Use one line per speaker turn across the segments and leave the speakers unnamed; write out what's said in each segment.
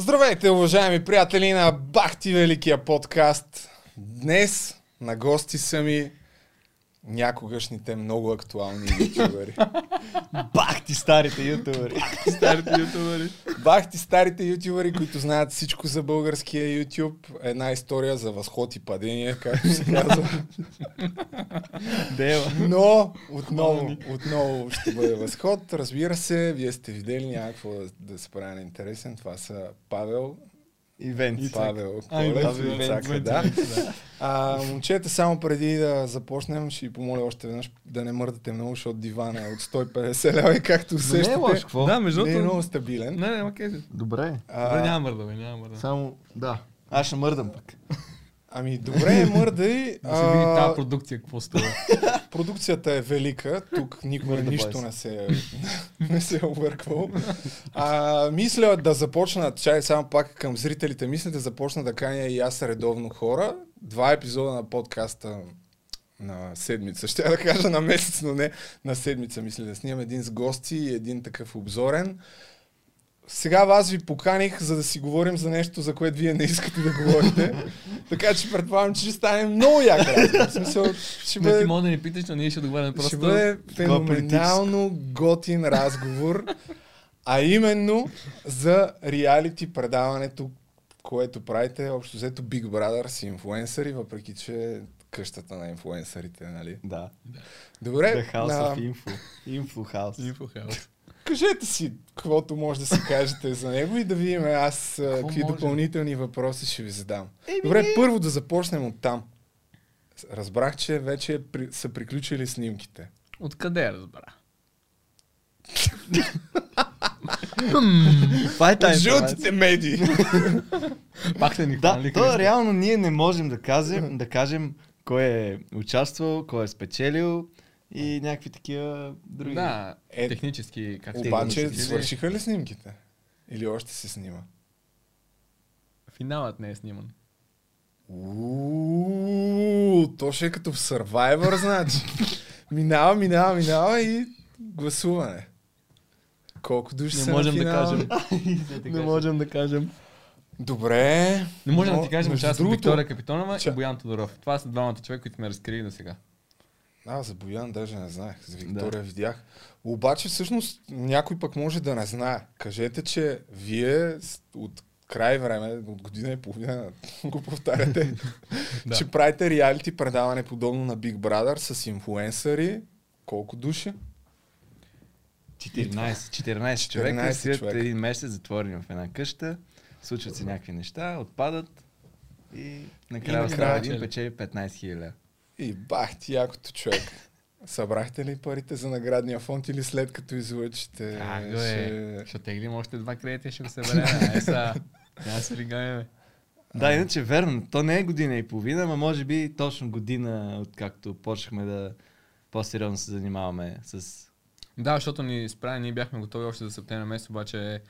Здравейте, уважаеми приятели на Бахти Великия подкаст. Днес на гости са ми някогашните много актуални ютубери.
Бах ти старите ютубери.
Старите ютубери.
Бахти старите ютубери, които знаят всичко за българския ютуб. Една история за възход и падение, както се казва.
Дева.
Но отново, отново ще бъде възход. Разбира се, вие сте видели някакво да, да се прави на интересен. Това са Павел,
Ивент.
Павел
А, и Ами,
Колев,
Павел
и
Иванов,
Цака, да. А, момчета, само преди да започнем, ще ви помоля още веднъж да не мърдате много, защото дивана е от 150 лева и както усещате,
Не е лошо, какво?
Да, между
не е
другото.
много стабилен.
Не, не, окей. Okay.
Добре,
Да,
А,
няма мърда, бе, няма мърда.
само да.
Аз ще мърдам пък.
ами добре, мърдай.
Да се види тази
А,
продукция какво става.
продукцията е велика, тук никога
Мърда
нищо
бойс.
не се, не се е обърквало. А, мисля да започна, чай само пак към зрителите, мисля да започна да каня и аз редовно хора. Два епизода на подкаста на седмица, ще да кажа на месец, но не на седмица, мисля да снимам един с гости и един такъв обзорен. Сега аз ви поканих, за да си говорим за нещо, за което вие не искате да говорите. така че предполагам, че ще стане много як разговор. В смисъл, ще
Не, ти
бъде
мога да ни питаш, но ние ще договаряме
ще
просто.
бъде
такова
феноменално готин разговор, а именно за реалити предаването, което правите, общо взето Big Brother с инфуенсъри, въпреки че е къщата на инфуенсърите, нали?
Да.
Добре,
The House
на...
of Info. Info House.
Е, Info House.
кажете си каквото може да си кажете за него и да видим аз а,
Какво
какви
може?
допълнителни въпроси ще ви задам.
Еми,
Добре,
не.
първо да започнем от там. Разбрах, че вече при... са приключили снимките.
Откъде я разбра?
Това е
От
тайна.
жълтите медии!
Пак не ни
Да,
хванали.
е
то реално ние не можем да кажем, да кажем кой е участвал, кой е спечелил и някакви такива други.
Да,
Е,
технически. Как се
Обаче
казва,
свършиха ли снимките? Или още се снима?
Финалът не е сниман.
Ууу, то ще е като в Survivor, значи. Минава, минава, минава и гласуване. Колко души са
Не
на
можем да
финала?
кажем.
Не можем да кажем.
Добре.
Не можем да
Но,
ти кажем,
между
че аз съм
другото-
Виктория Капитонова
Ча-
и Боян Тодоров. Това са двамата човека, които сме разкрили до сега.
А, за Боян даже не знаех. За Виктория видях. Обаче всъщност някой пък може да не знае. Кажете, че вие с- от край време, от година и половина го повтаряте,
Да.
че правите реалити предаване подобно на Big Brother с инфуенсъри. Колко души?
14, 14 човека
14
сидят
човека.
един месец затворени в една къща, случват се някакви неща, отпадат и накрая
И
остава
накрая
един
печели.
печели 15 хиляди.
И бах ти, якото човек. Събрахте ли парите за наградния фонд или след като излъчите?
Как
ще-
е? Ще теглим още два кредита и ще го съберем. Е, са. Няма да се лигаме.
Да, иначе верно. То не е година и половина, ама може би точно година, откакто почнахме да по-сериозно се занимаваме с...
Да, защото ни спря, ние бяхме готови още за септември месец, обаче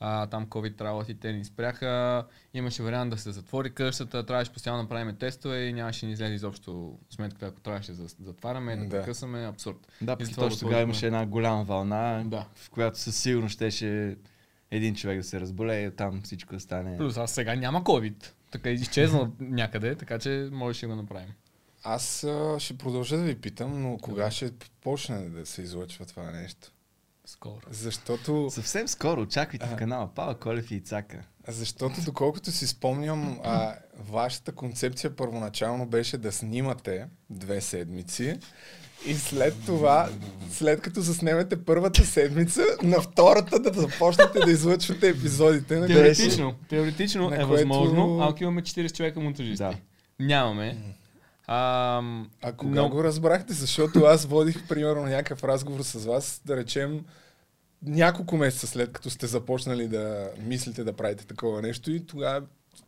а, там COVID работите ни спряха. Имаше вариант да се затвори къщата, трябваше постоянно да правим тестове и нямаше ни излезе изобщо сметката, ако трябваше да затваряме, да,
Да.
да. късаме, абсурд.
Да,
И
пък
затова
точно
го
тогава
сложихме.
имаше една голяма вълна,
Да.
в която със сигурност щеше един човек да се разболее и там всичко да стане.
Плюс аз сега няма COVID. Така е изчезнал някъде, така че можеше да го направим.
Аз а, ще продължа да ви питам, но кога ще почне да се излъчва това нещо?
Скоро.
Защото
Съвсем скоро очаквайте в канала Пава Колев и Ицака.
Защото доколкото си спомням, а, вашата концепция първоначално беше да снимате две седмици и след това, след като заснемете първата седмица, на втората да започнете да излъчвате епизодите. На които-
Теоретично, теоретично
Е, на
е
което-
възможно, ако имаме 40 човека монтажисти.
Да.
Нямаме. Ам,
А кога
но-
го разбрахте? Защото аз водих, примерно, някакъв разговор с вас, да речем, няколко месеца след като сте започнали да мислите да правите такова нещо и тогава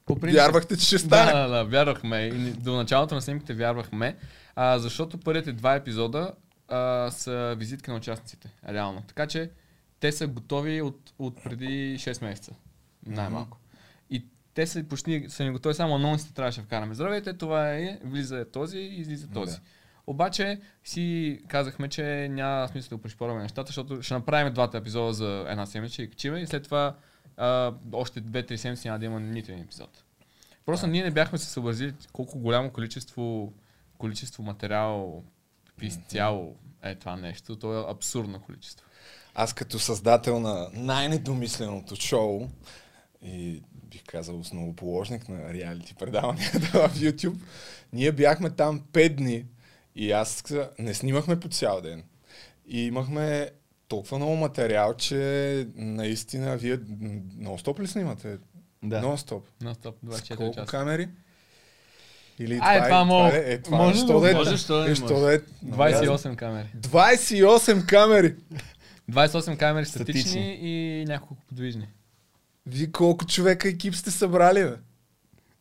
По принцип-
вярвахте, че ще стане.
Да, да, да, вярвахме. И ни- До началото на снимките вярвахме, а, защото първите два епизода а, са визитка на участниците, реално. Така че те са готови от, от преди 6 месеца, най-малко. И те са почти са ни готови, само анонсите трябваше да вкараме. Здравейте, това е, влиза този и излиза този.
Да.
Обаче си казахме, че няма смисъл да пришпорваме нещата, защото ще направим двата епизода за една седмица и качиме и след това а, още 2-3 седмици няма да има нито един епизод. Просто ние не бяхме се съобразили колко голямо количество, количество материал изцяло е това нещо. То е абсурдно количество.
Аз като създател на най-недомисленото шоу и бих казал основоположник на реалити предаванията в YouTube, ние бяхме там 5 дни и аз не снимахме по цял ден. И имахме толкова много материал, че наистина вие нон-стоп ли снимате?
Да.
Нон-стоп.
На стоп
С
24
колко
часа.
камери? Или
Ай, това мога.
е, е, това
Може
е, що да е,
може, що да не
е, що
може.
да е.
28 камери.
28 камери!
28 камери статични,
Статични.
и няколко подвижни.
Вие колко човека екип сте събрали, бе?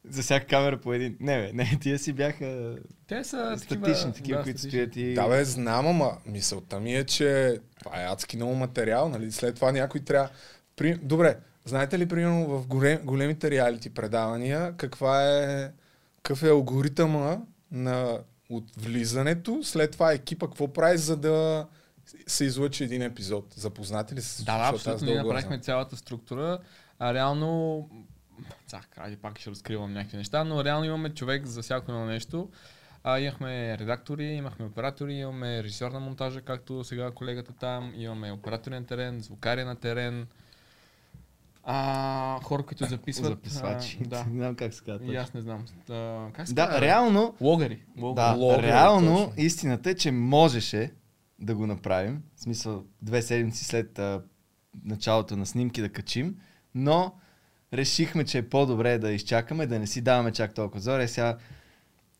За всяка камера по един. Не, бе, не, тия си бяха
Те са
статични, такива, които
статични.
стоят и...
Да, бе, знам, ама мисълта ми е, че това е адски много материал, нали? След това някой трябва... При... Добре, знаете ли, примерно, в голем... големите реалити предавания, каква е... какъв е алгоритъма на от влизането, след това екипа какво прави, за да се излъчи един епизод. Запознати ли се?
Да, да, абсолютно. Ние направихме цялата структура. А реално... Цах, айде пак ще разкривам някакви неща, но реално имаме човек за всяко едно нещо. А, имахме редактори, имахме оператори, имаме режисьор на монтажа, както сега колегата там, имаме оператори на терен, звукари на терен, а, хора, които записват.
записвачи.
А, да.
Не знам как се казва.
И
точно.
аз не знам. А, как се
Да,
казва?
реално,
Логари.
Да,
е
Логър,
реално
точно.
истината е, че можеше да го направим. В смисъл, две седмици след а, началото на снимки да качим, но решихме, че е по-добре да изчакаме, да не си даваме чак толкова зора. Е, сега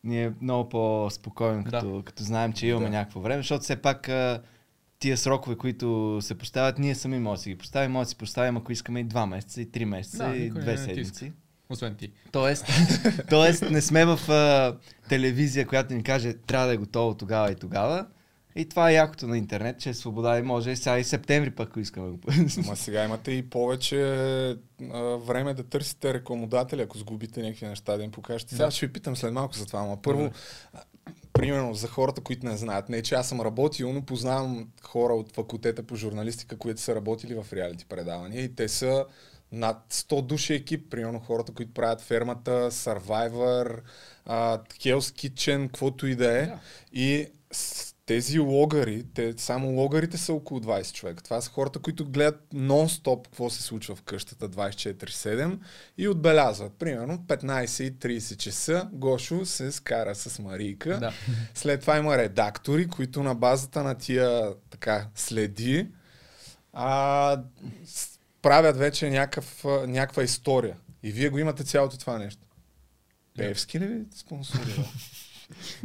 ни е много по-спокойно,
Да.
като, като знаем, че имаме
Да.
някакво време, защото все пак а, тия срокове, които се поставят, ние сами може да си ги поставим, може да си поставим, ако искаме и два месеца, и три месеца,
Да,
и
никой
две
не е натиска.
седмици.
Освен ти.
Тоест, тоест не сме в а, телевизия, която ни каже трябва да е готово тогава и тогава. И това е якото на интернет, че е свобода и може сега и септември пък, ако искаме го.
Ама сега имате и повече а, време да търсите рекламодатели, ако сгубите някакви неща, да им покажете. Сега ще ви питам след малко за това, ама първо, а, примерно за хората, които не знаят, не че аз съм работил, но познавам хора от факултета по журналистика, които са работили в реалити предавания и те са над 100 души екип, примерно хората, които правят фермата, Survivor, а, Hell's Kitchen, каквото и да е.
Да.
И с тези логари, те, само логарите са около 20 човека. Това са хората, които гледат нон-стоп какво се случва в къщата 24-7 и отбелязват. Примерно 15.30 часа Гошо се скара с Марийка.
Да.
След това има редактори, които на базата на тия така следи а, с- правят вече някакъв, а, някаква история. И вие го имате цялото това нещо. Певски ли ви спонсорира?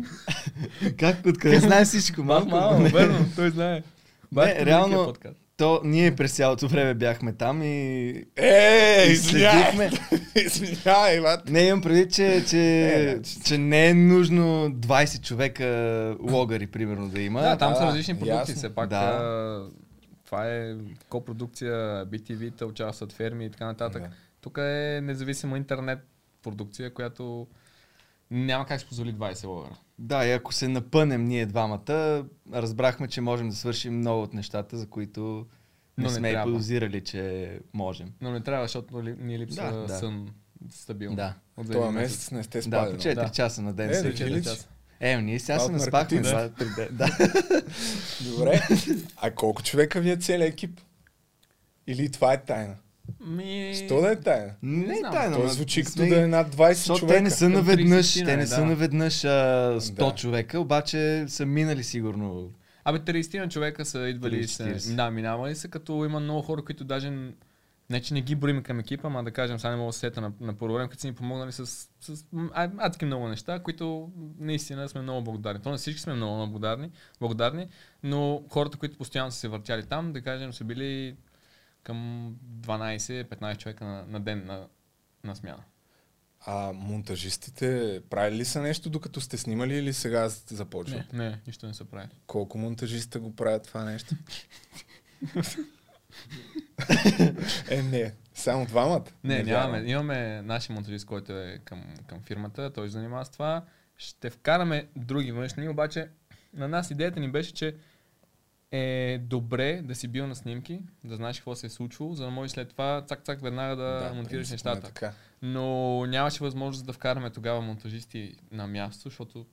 как, откъде знаем всичко? Малко.
Малко,
не.
верно, той знае. Батко,
реално-
великият подкаст.
То ние през цялото време бяхме там и...
Е,
и
извинявай!
следихме.
Извинявай, брат.
Не, имам предвид, че,
Е,
че,
да, че-
че не е нужно 20 човека логари, примерно, да има.
Да, там
да,
са
да,
различни продукти,
ясно.
все пак.
Да.
а, Това е копродукция, BTV-та участват ферми и така нататък.
Да.
Тук е независима интернет продукция, която няма как да си позволи 20 логара.
Да, и ако се напънем ние двамата, разбрахме, че можем да свършим много от нещата, за които не,
Но не
сме и
трябва.
подозирали, че можем.
Но не трябва, защото ли- ни липсва
Да, да.
сън стабилно.
Да.
От
Това месец не сте
Да, по
спали.
4
Да.
часа на ден.
Е,
се
да
учи.
видиш.
е, ние сега се
Малко
наспахме. Да.
наркотици.
да.
Добре. А колко човека ви е целият екип? Или това е тайна?
Ми...
Що да е тайна?
Не,
знам.
тайна,
Той
ма
звучи като
сме-
да е над 20
Защото
човека.
те не са
Към
наведнъж,
30,
те не
да.
са наведнъж а, 100
Да.
човека, обаче са минали сигурно.
Абе, 30 на човека са идвали и
30.
се... Да, минавали са, като има много хора, които даже... н- Не, че не ги броим към екипа, ама да кажем, сега не мога да се сета на, на първо време, като са ни помогнали с, с м, а- адски много неща, които наистина сме много благодарни. То на всички сме много, много благодарни, благодарни, но хората, които постоянно са се въртяли там, да кажем, са били към 12-15 човека на, на ден на, на смяна.
А монтажистите правили ли са нещо докато сте снимали или сега започват?
Не, не, нищо не са правили.
Колко монтажиста го правят това нещо? е, не. Само двамата.
Не,
вярвам.
нямаме. Имаме нашия монтажист, който е към, към фирмата, той се занимава с това. Ще вкараме други външни, обаче на нас идеята ни беше, че е добре да си бил на снимки, да знаеш какво се е случило, за да можеш след това цак-цак веднага да, да монтираш
принципно е
нещата.
Така.
Но нямаше възможност да вкараме тогава монтажисти на място, защото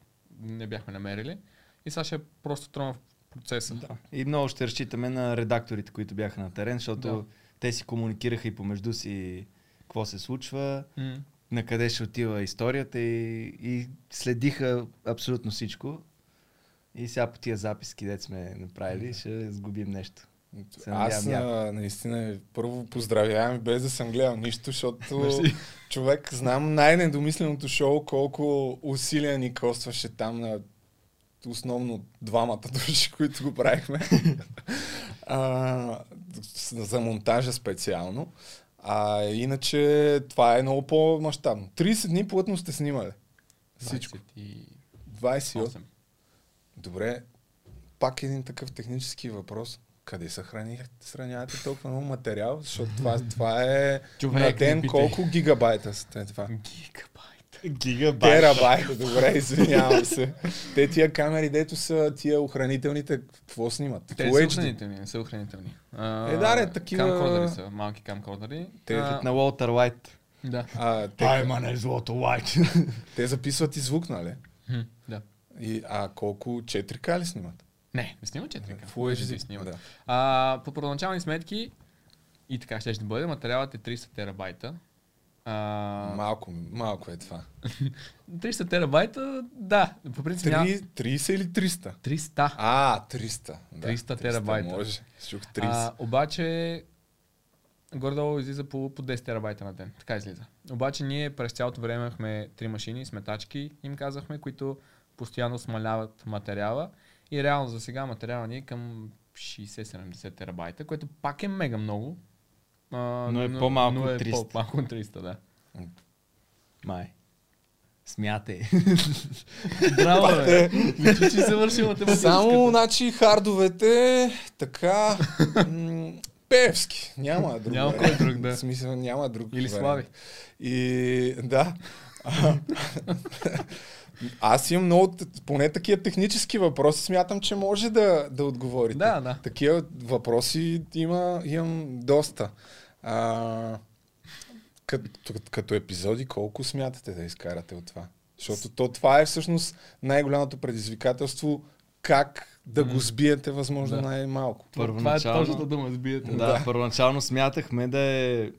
не бяхме намерили. И сега ще е просто тромав процеса. Да.
И много ще разчитаме на редакторите, които бяха на терен, защото
Да.
те си комуникираха и помежду си какво се случва, на къде ще отива историята и, и следиха абсолютно всичко. И сега по тия записки, дет сме направили, ще сгубим нещо. Се
Аз
надявам
а, наистина първо поздравявам, без да съм гледал нищо, защото човек знам най-недомисленото шоу, колко усилия ни костваше там на основно двамата души, които го правихме. а, с- за монтажа специално. А иначе това е много по-масштабно. 30 дни плътно сте снимали. Всичко.
28.
28. Добре, пак един такъв технически въпрос. Къде съхранихте, съхранявате толкова много материал? Защото това, това е
Човек,
на
не
ден
питай.
колко гигабайта сте това?
Гигабайт.
Гигабайт.
Терабайта, добре, извинявам се. Те тия камери, дето са тия охранителните, какво снимат?
Те
Full
са
HD.
охранителни, не са охранителни. А,
Е, да, бе, такива-
Камкордери са, малки камкордери.
Те-
А,
На Уолтер Уайт.
Да.
А, те,
ма не злото Уайт.
те записват и звук, нали?
Хм, да.
И, а колко 4К ли снимат?
Не, не снима 4К.
Full
HD
HD.
снимат.
Да.
А, по първоначални сметки, и така ще ще бъде, материалът е 300 терабайта. А,
Малко, малко е това.
300 терабайта, да, по принцип няма...
Три- 30 или 300?
300.
А, 300. Да,
300 терабайта.
Може. Чух 30.
А, обаче, горе-долу излиза по, по 10 терабайта на ден. Така излиза. Обаче ние през цялото време имахме три машини, сметачки, им казахме, които постоянно смаляват материала. И реално за сега материала ни е към 60-70 терабайта, което пак е мега много. А,
Но е по-малко
но
от
е
300.
По-малко от 300, да.
Май. Смятай.
Браво, бе! е. Мисля, че завърши математическата.
Само, значи, хардовете, така, м, Певски. Няма друг.
Няма
вариант.
кой друг, да.
В смисъл, няма друг.
Или
вариант.
Слави.
И, да. А, Аз имам много, т- поне такива технически въпроси, смятам, че може да, да отговорите.
Да, да.
Такива въпроси има, имам доста. А, като, като епизоди, колко смятате да изкарате от това? Защото то, това е всъщност най-голямото предизвикателство, как да го сбиете възможно
Да.
най-малко.
Това е
Първоначално-
точната дума, сбиете.
Да, да, първоначално смятахме да е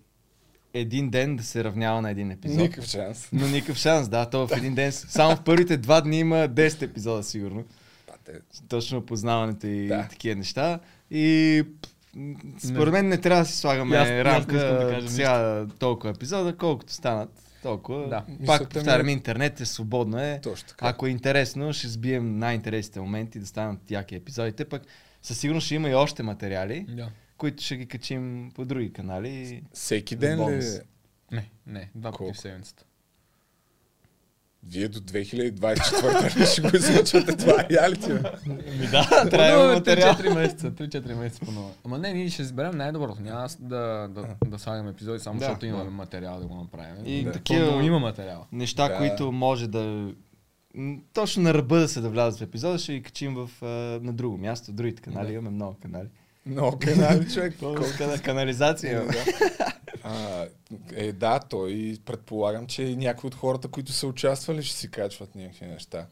един ден да се равнява на един е епизод.
Никакъв шанс.
Но никакъв шанс, да. То в един ден, само в първите два дни има 10 епизода, сигурно.
Пате,
Точно познаването и
Да.
да. такива неща. И п, м, според мен не трябва да си слагаме
Нали? И аз- и аз не
рамка
искам да
да
кажа
сега толкова епизода, колкото станат толкова.
Да.
Мисълта
Пак
ми
повтарям,
е-
интернет е свободно е.
Точно така.
Ако е интересно, ще сбием най-интересните моменти да станат яки епизодите. Пък със сигурност ще има и още материали,
Да.
които ще ги качим по други канали.
Всеки ден ли?
Бонус.
Не, не, два пъти
Колко?
в седмицата.
Вие до 2024 ли ще го излъчвате това е реалити? бе?
Ми да, трябва
Трябва
материал.
3-4 месеца, 3-4 месеца по нова. Ама не, ние ще изберем най-доброто. Няма с- да, да, да слагаме епизоди, само
Да,
защото имаме
да.
материал да го направим.
И
да.
такива-
Пълно има материал.
неща,
Да.
да. които може да... м, Точно на ръба да се да влязат в епизода, ще ги качим в, а, на друго място. Другите канали,
Да.
имаме много канали.
Много канали, човек. Колко
Колко е на канализация имаме.
А, е, да, той предполагам, че и някои от хората, които са участвали, ще си качват някакви неща.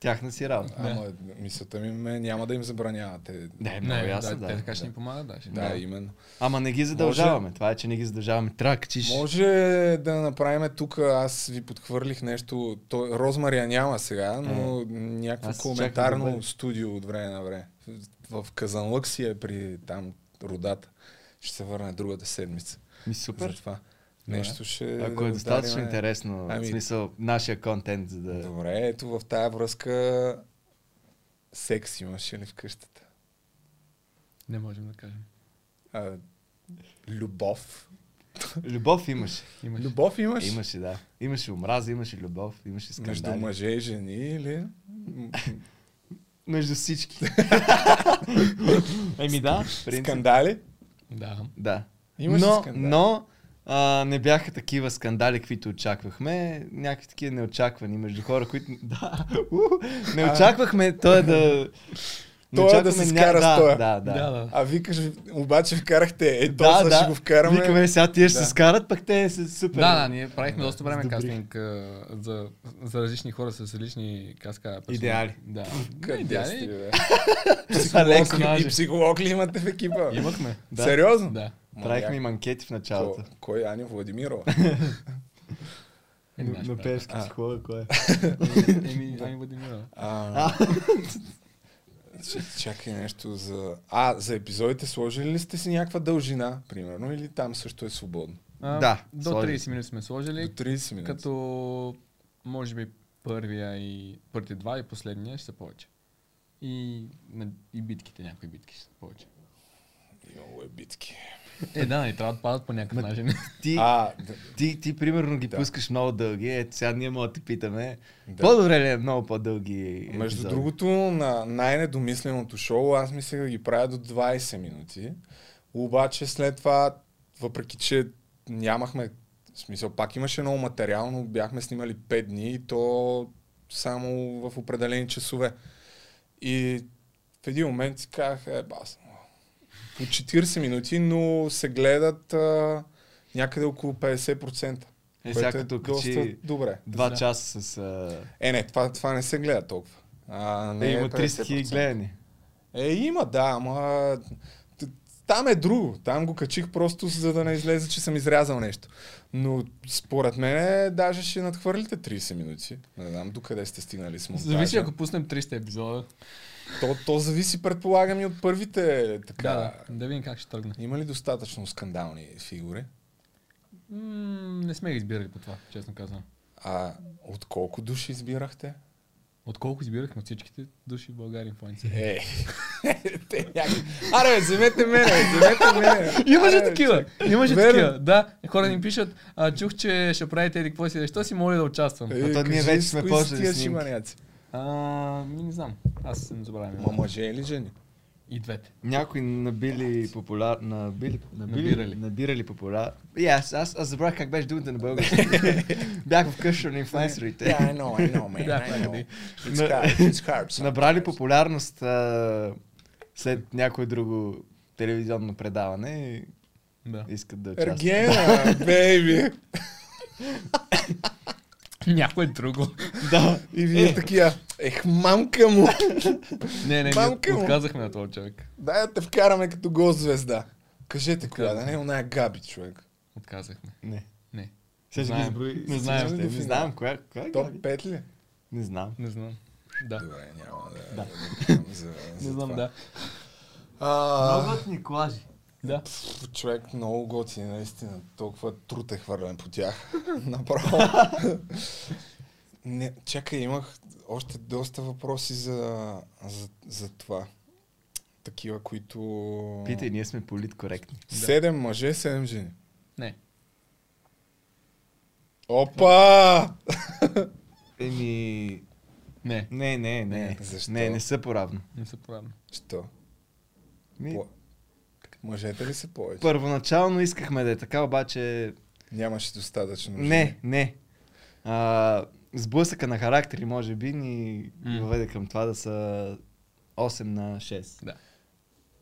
Тяхна си работа.
Ама мисълта ми ме, няма да им забранявате.
Да, е много ясно, да.
Те така ще ни помагат, да. Ще
Да, именно.
Ама не ги задължаваме. Това е, че не ги задължаваме. Трябва да качиш.
Може да направим тук, аз ви подхвърлих нещо, то, Розмария няма сега, но някакво
Е, аз чакам да
коментарно
бъде.
студио от време на време. В, в Казанлък си е при там родата. Ще се върне другата седмица.
Ми
За
супер.
това.
Добре.
Нещо ще...
Ако
да
е достатъчно
удариме.
интересно,
Ами-
в смисъл, нашия контент, за да...
Добре, ето в тая връзка секс имаше ли в къщата?
Не можем да кажем.
А, любов.
Любов имаше.
Имаш.
Любов имаш?
Имаше, да. Имаше омраза, имаше любов, имаше скандали.
Между мъже и жени или...
Между всички. Еми да, в принцип.
Скандали?
Да.
Да.
Имаше
но,
скандали.
но а, не бяха такива скандали, каквито очаквахме. Някакви такива неочаквани между хора, които... Да, у, не очаквахме той да... Не
Той
очакваме
да е се
ня-
скара
да,
с той.
Да, да.
Да, да.
А викаш, обаче вкарахте, е, то
да,
сега ще го вкараме.
Викаме, сега тия ще
Да.
се скарат, пък те са супер.
Да, да, ние правихме доста време
Сдобрих.
кастинг а, за, за различни хора с различни каска.
Идеали.
Да. Не,
Къде сте,
идеали.
бе?
Алекс,
Психолог ли- И психолог ли имате в екипа?
Имахме.
Да.
Сериозно?
Да.
Правихме им анкети в
Ко-
началото.
Кой Аня Владимирова?
Е, наш
На певски
А.
психолог, кой е?
брат. Еми, Ани Владимирова.
А, ч- Чакай нещо за... А, за епизодите сложили ли сте си някаква дължина, примерно, или там също е свободно?
А,
Да,
До
сложи.
30 минути сме
До
сложили,
30 минути.
Е, като може би първия и първите два и последния ще са повече. И, на- и битките, някои битки ще са повече.
Имало е битки.
Е, да, ни трябва да падат по някакъв
Ма-
начин.
Ти,
А, д-
ти, ти, примерно ги
Да.
пускаш много дълги. Ето сега ние мога да те питаме.
да.
По-добре ли е много по-дълги
Между
епизоди?
другото, на най-недомисленото шоу аз мислех да ги правя до 20 минути. Обаче след това, въпреки че нямахме, в смисъл пак имаше много материал, но бяхме снимали 5 дни и то само в определени часове. И в един момент си казах, е, бас, по 40 минути, но се гледат а, някъде около 50%.
Е, сега
което е
като
доста
качи
добре.
два
Да.
часа с... А...
Е, не, това, това не се гледа толкова. А,
Не,
Е,
не,
има 30 хиляди
50%.
гледани.
Е, има, да, ама... т- Там е друго. Там го качих просто за да не излезе, че съм изрязал нещо. Но според мен даже ще надхвърлите 30 минути. Не знам докъде сте стигнали с монтажа.
Зависи ако пуснем 300 епизода.
То, то зависи, предполагам, и от първите. Така.
Да, да, да видим как ще тръгне.
Има ли достатъчно скандални фигури?
М, не сме ги избирали по това, честно казвам.
А от колко души избирахте?
От колко избирахме от всичките души в България инфлуенсъри?
Е, те някак... Аре, бе, вземете мене, бе, вземете мене.
Е, Имаше
Аре, бе,
такива. Имаше
Е, Верно.
такива. Да, хора ни пишат, а, чух, че ще правите еди какво си, защо си моля да участвам?
чак.
А то ние
Е, кажи,
вече
с
сме
кои
почнали
са тия
снимки.
шиманяци?
А, ми не знам. Аз се не забравям.
Ма мъже или жени?
И двете.
Някои набили популяр... Набили... набили
Набирали.
набирали. Набирали популяр... И аз, аз, аз забравих как беше думата на български. Бях в къща на инфлуенсърите.
I know, I know, man.
Да, да.
It's
нали? На-
hard, it's hard sometimes.
Набрали популярност а... след някое друго телевизионно предаване и
Да.
искат да участват.
Ергена, бейби.
Някое друго.
Да.
И вие
Е.
такива, ех, мамка му.
Не, не,
Мамка
ние
му.
отказахме на този човек.
Дай да те вкараме като гост звезда. Кажете коя, да не е оная Габи, човек.
Отказахме.
Не.
Не.
Сега ще ги
Знаем.
изброи.
Не знаем.
Не
До
знам коя. коя
Топ
Е, Габи?
5 ли?
Не знам.
Не знам. Да.
Добре, няма да... да. говорим за, за
Не знам,
това.
да.
А,
Николажи.
Да.
пф, човек, много готини, наистина. Толкова труд е хвърлен по тях. Направо. Не, чакай, имах още доста въпроси за, за, за това. Такива, които...
Питай, ние сме политкоректни.
Седем мъже, седем жени.
Не.
Опа!
Еми...
Не.
Не,
Не,
не, не.
защо?
Не, не са поравно.
Не се поравна.
Що?
Ми,
По- Мъжете ли са повече?
първоначално искахме да е така, обаче...
Нямаше достатъчно. жени.
Не, не. А, сблъсъка на характери, може би, ни
М.
ни въведе към това да са 8 на 6.
Да.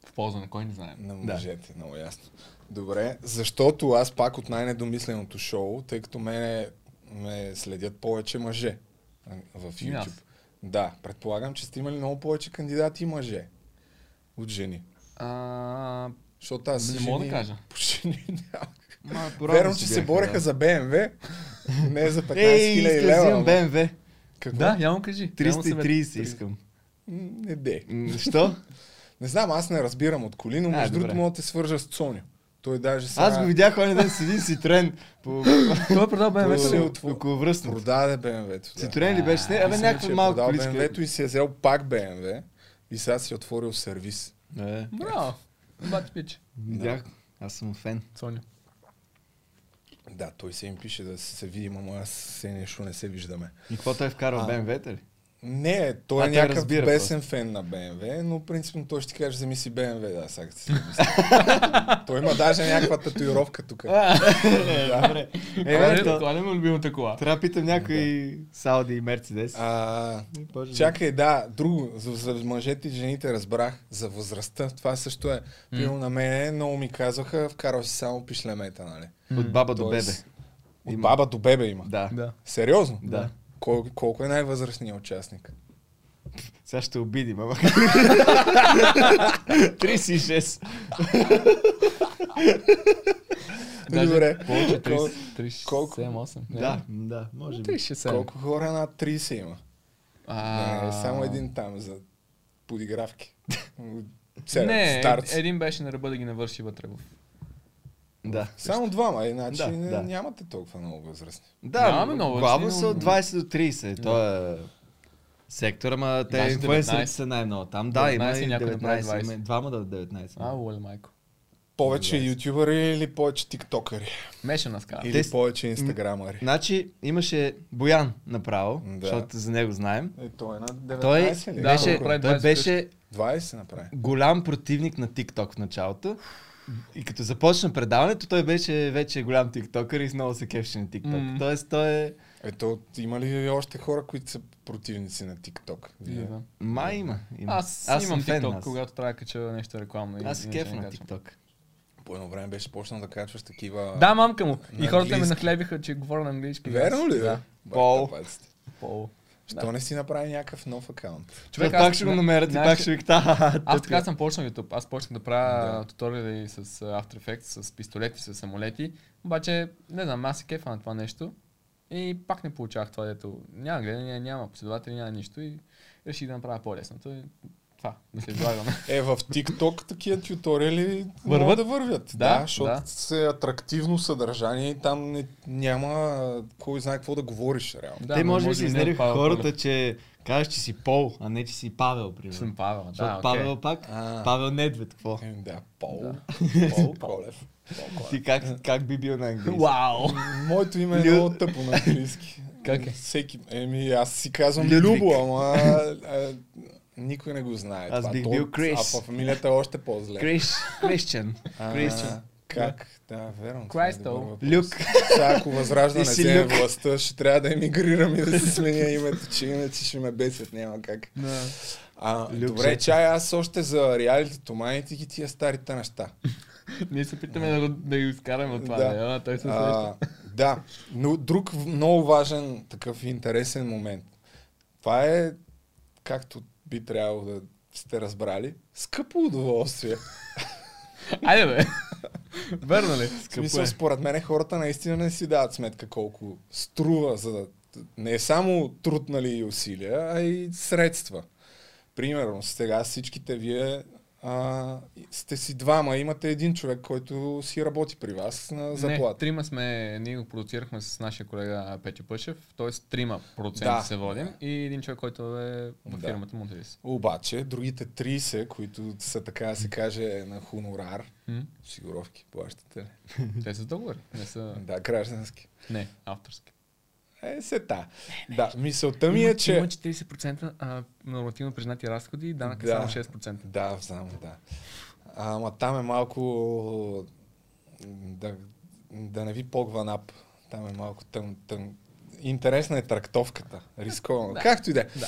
В полза на кой не знаем.
На
Да.
мъжете, много ясно. Добре, защото аз пак от най-недомисленото шоу, тъй като мене ме следят повече мъже а, в
И аз.
YouTube. Да, предполагам, че сте имали много повече кандидати мъже от жени.
А,
Защото аз
Не
жени-
мога да кажа.
По жени няма.
Ма,
Верно, че се бореха за BMW, не за 15
Ей,
000
искам да
лева.
взимам
ама-
BMW.
Какво?
да, явно кажи. Явно се бе-
330 искам.
М, Не дей.
М, Що?
Не знам, аз не разбирам от коли, но
А,
между
добре.
другото мога да те свържа с Цоню. Той даже сега
Аз го видях онен ден с един Citroen по...
Той е продал
По-
БМВ.
Беше ли от-
около връстната.
продаде BMW-то. Да.
Citroen ли беше? Не, Абе,
Мисля, че
някаква
е
малка
продал
количка.
BMW-то и си е взел пак BMW и сега си е отворил сервис.
Е,
Браво. Бати пич.
Видях. Аз съм фен.
Соня.
Да, той се им пише да се видим, ама аз се нещо не се виждаме.
И какво той е вкарал
А.
BMW-та ли?
Не, той
А,
е
те
някакъв
разбират
бесен фен на БМВ, но принципно той ще ти каже, вземи си БМВ, да, сега като си го мисля. Той има даже някаква татуировка тук. Да. Ами,
Е,
Това
бе,
не-
то-
това не е любимата кола.
трябва да питам някой Сауди и Мерцедес.
А,
И, боже,
Чакай, да, друго, за, за мъжете и жените разбрах, за възрастта, това също е. Примерно на мен много ми казваха, вкарал си само пишлемета, нали?
От баба до бебе.
Тоест, От
Има.
баба до бебе има.
Да.
Да.
Сериозно?
Да.
Кол, колко е най-възрастният участник?
Сега ще обидим, ама. 36.
Даже
Добре.
Повече
Кол-
30,
колко?
37-8.
Да, да, може би.
37.
Колко хора над 30 има?
А,
А... Не, е само един там за подигравки. Сега,
е,
Не,
старци.
един беше на ръба да ги навърши вътре в
Да.
Само двама, иначе
Да,
не,
да.
нямате толкова много възрастни.
Да,
Нямаме много
главно
възрастни,
са
но-
от 20 до 30. То е сектор, ама те
Даже
инфлуенсърите
19.
са най-много. Там да, има
19,
и
някой направи
19.
20.
има и Двама да 19.
А, оле майко.
Повече ютубъри или повече тиктокъри?
Мешана скала.
Или
Те-
повече инстаграмъри?
Значи имаше Боян направо,
Да.
защото за него знаем.
Е, той е на 19
Той
ли?
Да,
беше,
но направи
той
20
беше
20 направи.
голям противник на TikTok в началото. И като започна предаването, той беше вече голям тиктокър и с много се кефше на TikTok.
М.
Тоест той е...
Ето, има ли още хора, които са противници на TikTok?
Не знам.
Май има. има.
Е, Аз, имам
съм фен,
TikTok,
аз.
когато трябва да кача нещо рекламно. и-
Аз се
иначе
кеф
не
на
качвам.
TikTok.
По едно време беше почнал да качваш такива...
Да, мамка му. И
На
хората ме
английски.
нахлебиха, че говоря на английски.
Верно ли?
Да.
Пол.
Пол.
Пол.
Що не си направи някакъв нов акаунт?
Човек, пак ще го намерят и пак ще ви кажа.
Аз така съм почнал YouTube. Аз почнах да правя туториали с а, After Effects, с пистолети, с самолети. Обаче, не знам, аз се кефа на това нещо. И пак не получавах това, дето няма гледания, няма последователи, няма нищо. И реших да направя по-лесното. И това, да се излагаме.
Е, в TikTok такива тюториали
Върват?
могат да вървят.
Да,
защото
да.
се е атрактивно съдържание и там не, няма кой знае какво да говориш реално.
Те може би си
изнерих
изнериха хората, че кажеш, че си Пол, а не, че си Павел, примерно.
Съм Павел, да,
Защото
окей.
Павел пак,
А.
Павел Недвед, какво?
Е, Да, Пол.
Да.
Пол Колев.
Ти как, как би бил на английски?
Вау!
Моето име е
Лю-
много тъпо на английски.
Как е?
Всеки, еми, аз си казвам
Людвиг.
Любо, ама а, никой не го знае.
Аз
това.
бих
То-
бил Крис.
А по фамилията е още по-зле.
Криш, Кришчен.
А,
Кристиан.
Как? Да, верно. е
Кристал.
Люк.
Сега, ако възраждане
Ти си
се е
Люк.
властта, ще трябва да емигрирам и да си сменя името, че иначе ще ме бесят, няма как. А,
Люк
добре,
Жечев.
чай, аз още за реалитето, майните ги тия старите неща.
Ние се питаме да, го- да ги изкараме от това.
Да.
Да. а, той се среща.
А, да, но друг в- много важен такъв интересен момент. Това е, както би трябвало да сте разбрали, скъпо удоволствие.
Айде бе! Верно ли?
В смисъл, според мен хората наистина не си дават сметка колко струва, за да... Не е само труд нали, и усилия, а и средства. Примерно, сега всичките вие а, сте си двама, имате един човек, който си работи при вас на
Не,
заплата.
трима сме, ние го продуцирахме с нашия колега Петя Пъшев, т.е. трима процента
Да.
се водим и един човек, който е в
Да.
фирмата Монтелис.
Обаче, другите 30, които са така да се каже на хонорар,
М?
сигуровки плащате ли?
Те са с договори, не са...
Да, граждански.
Не, авторски.
Е, се та. Да, мисълта ми е, че...
Има 40% а, нормативно признати разходи и данъка
Да.
само 6%.
Да, знам, да. А, Ама там е малко... Да, да не ви погва нап. Там е малко тъм, тъм. Интересна е трактовката. Рисковано. Да. Както и да е.
Да.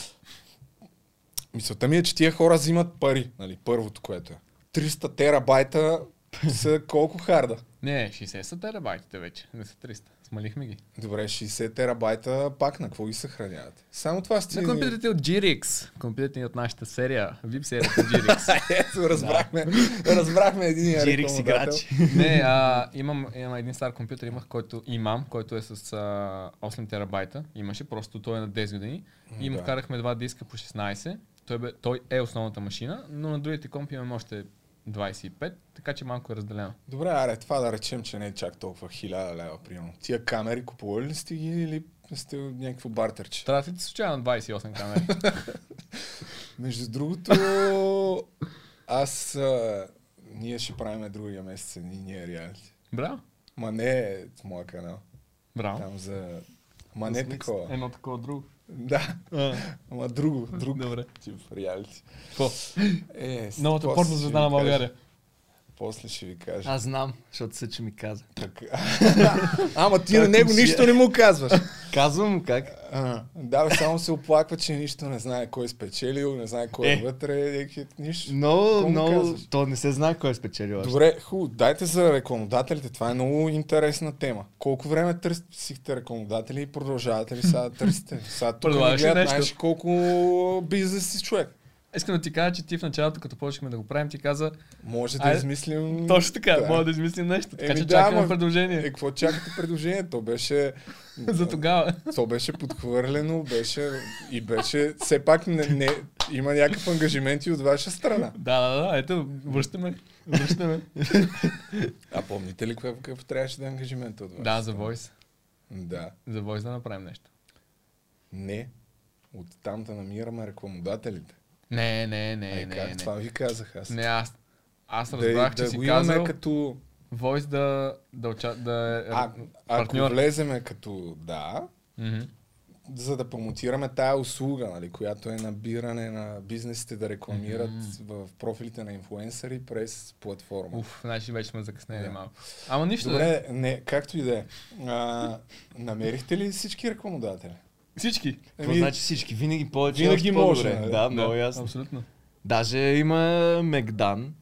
Мисълта ми е, че тия хора взимат пари. Нали, първото, което е. 300 терабайта са колко харда?
Не, 60 са терабайтите вече, не са 300. Смалихме ги.
Добре, 60 терабайта пак на какво ги съхраняват? Само това сте...
На компютрите от GRX, компютрите ни от нашата серия, VIP серията GRX.
Ето, разбрахме, разбрахме един
Джирикс играч.
Не, а, имам, имам един стар компютър, имах, който имам, който е с а, 8 терабайта. Имаше, просто той е на 10 години. И му
да.
вкарахме два диска по 16. Той, бе, той е основната машина, но на другите компи имам още 25, така че малко е разделено.
Добре, аре, това да речем, че не е чак толкова хиляда лева, примерно. Тия камери купували ли сте ги или сте някакво бартерче?
Трябва да ти се случава на 28 камери.
Между другото, аз... А, ние ще правим другия месец едни ние реалити.
Браво!
Ма не е в моя канал.
Браво!
Там за Ма не
Мислите?
такова. е.
Едно такова друго.
Да, ама друго, друг
Добре.
тип реалити.
Какво?
Е, с-
Новата
после
порно
ще
звезда
ви
на
кажа.
България.
После ще ви кажа.
Аз знам, защото Съчо ми каза.
Как... Ама ти на
Как
него
си е?
нищо не му казваш.
Казвам му как.
А, да, бе, само се оплаква, че нищо не знае кой е спечелил, не знае кой е,
Е.
вътре, някакви- нищо. Какво
Много,
му
много...
казваш?
То не се знае кой е спечелил още.
Добре, хубаво, дайте за рекламодателите, това е много интересна тема. Колко време търсихте рекламодатели и продължавате ли сега да търсите? Сега тук ни
Предлагаш ли
гледат,
нещо?
знаеш колко бизнес си човек.
Искам да ти кажа, че ти в началото, като почнахме да го правим, ти каза,
Може да
Айде.
измислим...
точно така,
Да.
мога да измислим нещо. Така
Еми
че
да, ама-
чакаме
Е,
предложение.
какво чакате предложение? То беше... е
За тогава.
То беше подхвърлено, беше и беше... Все пак не, не, има някакъв ангажимент и от ваша страна.
Да, да, да, ето, връщаме. Връщаме.
А помните ли кое- какъв трябваше да е ангажимент от вас?
да, за Voice.
Да.
За Voice да направим нещо.
Не. От там да намираме рекламодателите.
Не, не, не,
Ай,
не,
как?
не.
Това ви казах аз.
Не, аз, аз
Да-
разбрах,
да
че си
го имаме
казал
като...
Voice да, да, уча, да е
А, ако
партньор.
влеземе като да,
Мгм.
за да промотираме тая услуга, нали, която е набиране на бизнесите да рекламират в профилите на инфуенсъри през платформа.
Уф, значи вече сме закъснели
Да.
малко. Ама нищо. да.
Добре, не, както и да е. А, Намерихте ли всички рекламодатели?
Всички.
Това значи всички. Винаги повече.
ами Винаги
още
може,
по-добре.
нали?
Да, много ясно.
Абсолютно.
Даже има Мегдан.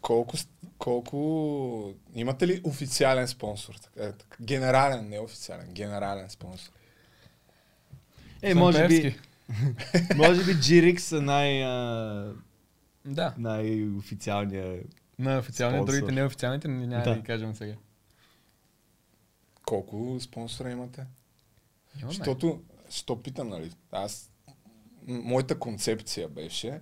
колко, с- колко... Имате ли официален спонсор? Така- Е, така, генерален, не официален, генерален спонсор.
Е, може би,
Певски.
може би G-Rix е най, а,
Да.
най-официалния.
На официални,
Спонсор.
другите неофициалните ни няма да
Да.
ги кажем сега.
Колко спонсора имате?
Имаме.
Защото, що питам, нали? Аз, м- моята концепция беше,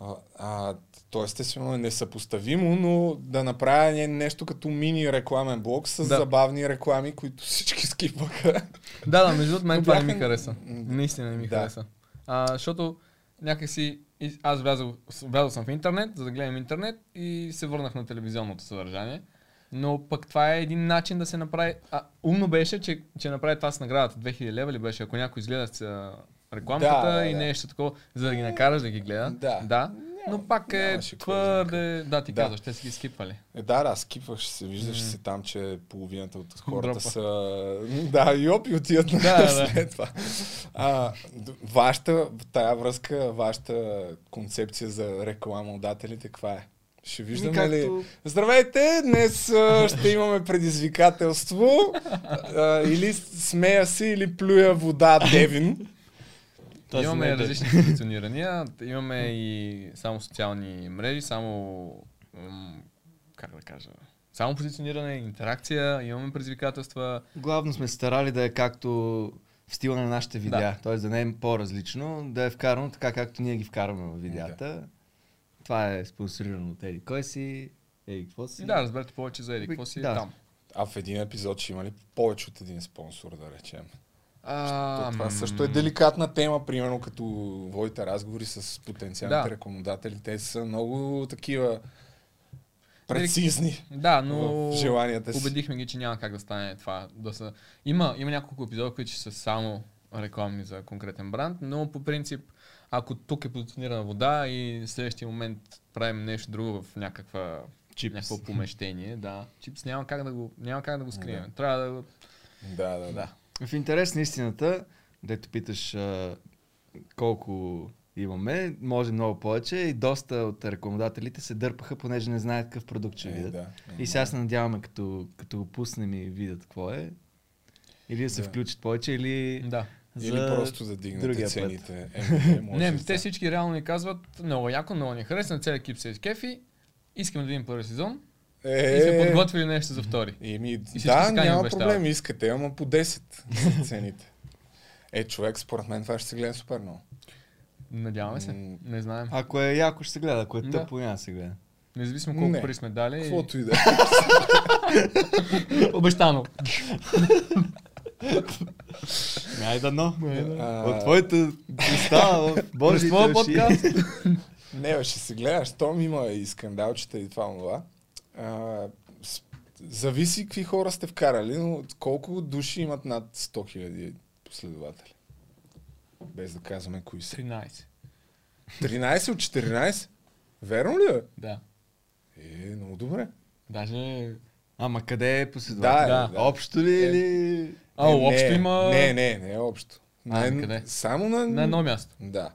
а, а, т.е. естествено е несъпоставимо, но да направя не- нещо като мини рекламен блок с
Да.
забавни реклами, които всички скипаха.
Да, да, между другото, мен
Но
това не
бяха-
ми хареса.
М,
Наистина не ми
Да.
хареса. А, защото някакси и- аз влязъл, с- влязъл съм в интернет, за да гледам интернет и се върнах на телевизионното съдържание. Но пък това е един начин да се направи... А, умно беше, че, че направи това с наградата. 2000 лева ли беше, ако някой изгледа с а, рекламата
Да, да,
и е
да.
нещо такова, за да ги накараш да ги гледат.
Да.
да. Но пак е
нямаше кой знае
твърде... Да, ти
Да.
казваш, те са ги скипвали.
Е, да, да, скипваш се, виждаш се там, че половината от хората
Дропа.
са... Да, и опи отиват на
Да,
да,
да.
след това. А, д- вашата, в тая връзка, вашата концепция за рекламодателите, каква е? Ще виждаме ли...
Ами, Както-
Здравейте, днес а, ще имаме предизвикателство. А, или смея си, или плюя вода, Девин.
Това са
имаме
най-добри.
различни позиционирания, имаме и само социални мрежи, само... м, Как да кажа? Само позициониране, интеракция, имаме предизвикателства.
Главно сме се старали да е както в стила на нашите видеа.
Да.
Да. Тоест да не е по-различно, да е вкарано така, както ние ги вкарваме в видеята. Това е спонсорирано от Еди. Кой си? Еди, какво си?
И да, разберете повече за Еди, какво си е
Да.
там.
А в един епизод ще има ли повече от един спонсор, да речем?
А,
То това
м,
също е деликатна тема, примерно като водите разговори с потенциалните
Да.
рекламодатели. Те са много такива прецизни
Да, но...
в желанията си.
Убедихме ги, че няма как да стане това. Да са... има, има няколко епизода, които ще са само рекламни за конкретен бранд, но по принцип, ако тук е позиционирана вода и в следващия момент правим нещо друго в някаква
Чипс.
някакво помещение, да. Чипс няма как да го, няма как да го скрием. Трябва да го...
Да, да, да.
Да.
В интерес на истината, дето питаш а, колко имаме, може много повече и доста от рекламодателите се дърпаха, понеже не знаят какъв продукт ще
Е,
видят.
да.
И сега се надяваме, като, като го пуснем и видят какво е, или да се
Да.
включат повече, или...
Да.
Или
за
просто да дигнете
другия път.
цените. Е, може
Не,
да
ми, те всички реално ни казват много яко, много ни харесва, целият екип се изкефи, искаме да видим първи сезон
Е,
и сме подготвили нещо за втори.
Еми,
всички
да,
така ни
няма
обещават.
проблем. Искате, ама по 10 са цените. Е, човек, според мен това ще се гледа супер много.
Надяваме се.
М.
Не знаем.
Ако е яко, ще се гледа. Ако е
Да.
тъпо, няма да се гледа.
Независимо колко
Не.
пари сме дали. и-
Каквото и да е.
Обещано.
Ай да но.
А,
От твоята уста, в
Боже,
Божиите
твоя
уши.
подкаст.
Не, бе, ще се гледаш. Том има и скандалчета и това и това. А, с- Зависи какви хора сте вкарали, но колко души имат над 100 000 последователи. Без да казваме кои са.
13.
13 от 14? Верно ли е?
Да.
Е, много добре.
Даже...
Ама къде е последовател?
Да,
да.
да.
Общо ли
Е.
или...
А,
Е,
общо
не,
има...
Не, не, не е общо.
А, ами
на,
къде?
Само на...
На едно място.
Да.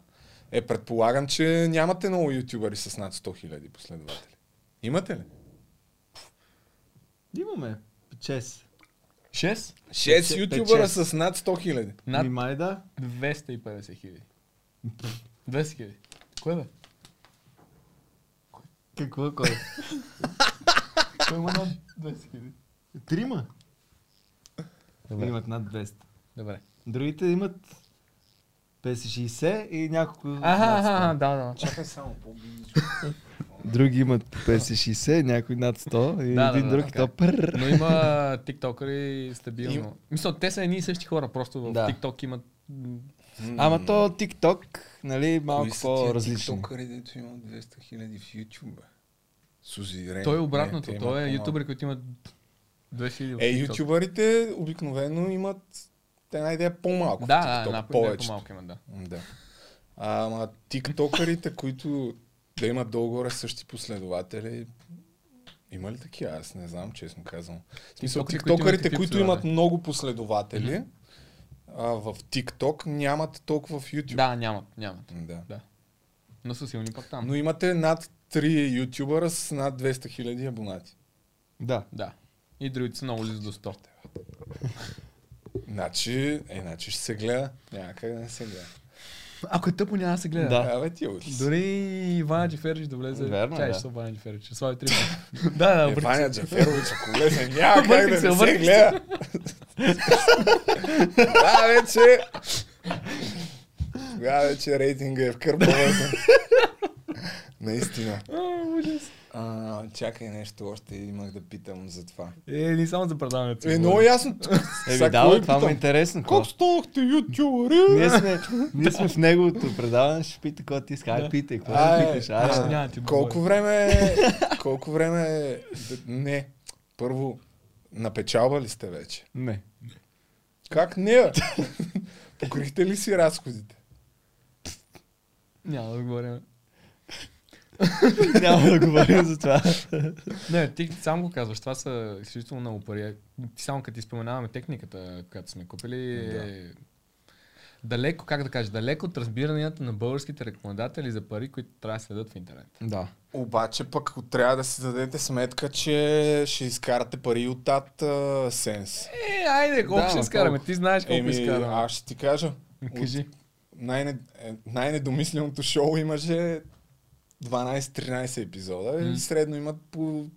Е, предполагам, че нямате много ютубъри с над 100 000 последователи. Имате ли?
Имаме. 6. 6?
6
пет,
ютубъра
шест.
с над 100 000.
Над
Ми май да.
250 хиляди. 200 хиляди. Кое бе?
Какво кой?
Кой има над 200 хиляди?
Трима.
Добре.
Имат над 200.
Добре.
Другите имат 50-60 и няколко.
Аха,
над 100.
аха, да, да.
Чакай само по-близо.
Други имат по 50-60, някой над 100 и
Да, да,
един
да,
друг
така
то пър.
Но има тиктокъри стабилно. Им... Мисля, те са едни и същи хора, просто в
Да.
тикток имат... м,
Ама то TikTok, нали, малко по-различно.
Токъри, дето има 200 000 в YouTube, бе. Сузи Рен.
Той е обратното,
Не, те
той е
имат
ютубър, който има 2000 в
по-малко. Е,
TikTok.
ютубърите обикновено имат една идея е по-малко.
Да,
в
да,
TikTok,
една
повечето.
по-малко имат, да.
Да. А, Ама тиктокърите, които да имат долу-горе същи последователи, има ли такива? Аз не знам, честно казвам. В смисъл,
Тиктокъри, които имат
тиктокърите,
такива
които
последователи.
имат много последователи а, в тикток, нямат толкова в YouTube.
Да, нямат, нямат.
да.
Да. Но са силни пак там.
Но имате над 3 ютубъра с над 200 000 абонати.
Да.
Да. И другите са много близо до 100.
Значи, е, значи ще се гледа. Няма как да не се гледа.
Ако е тъпо, няма да се гледа.
Да.
Абе, ти оти. си.
Дори Ивана Джеферич да влезе.
Верно,
Чай,
да.
ще са Ивана Джеферич. Ще Слави три. пъти. да, да, обръща
Еваня Е, Джаферович, ако влезе, няма как
Обърках
да не
се,
се
обърках се.
гледа. Да, вече. Тогава вече рейтинга е в кърпавата. Наистина. А, чакай нещо, още имах да питам за това.
Е, не само за предаването.
Е, много ясно.
Еми
Сега
да,
кой
бе, това
питам?
ме е интересно.
Как станахте ютубъри?
Ние сме, ние сме в неговото предаване, ще пита какво ти иска. Ай, питай, какво
Ай,
да питаш? Ай,
а,
ще-
няма да ти
Колко
отговоря.
време... е- Колко време... д- Не. Първо, напечалвали сте вече.
Не.
Как не? бе? Покрихте ли си разходите?
Няма да говорим.
Няма да говорим за това.
Не, ти сам го казваш, това са изключително много пари. Ти само като ти споменаваме техниката, която сме купили, е далеко, как да кажа, далеко от разбиранията на българските рекламодатели за пари, които трябва да следят в интернет.
Да.
Обаче пък трябва да си дадете сметка, че ще изкарате пари от тат а, сенс.
Е, айде, колко
Да,
ще
ма,
изкараме?
колко?
Ти знаеш колко
Еми,
изкараме.
аз ще ти кажа.
Кажи.
Най-не, е, най-недомисленото шоу имаше 12-13 епизода
М.
и средно имат по 100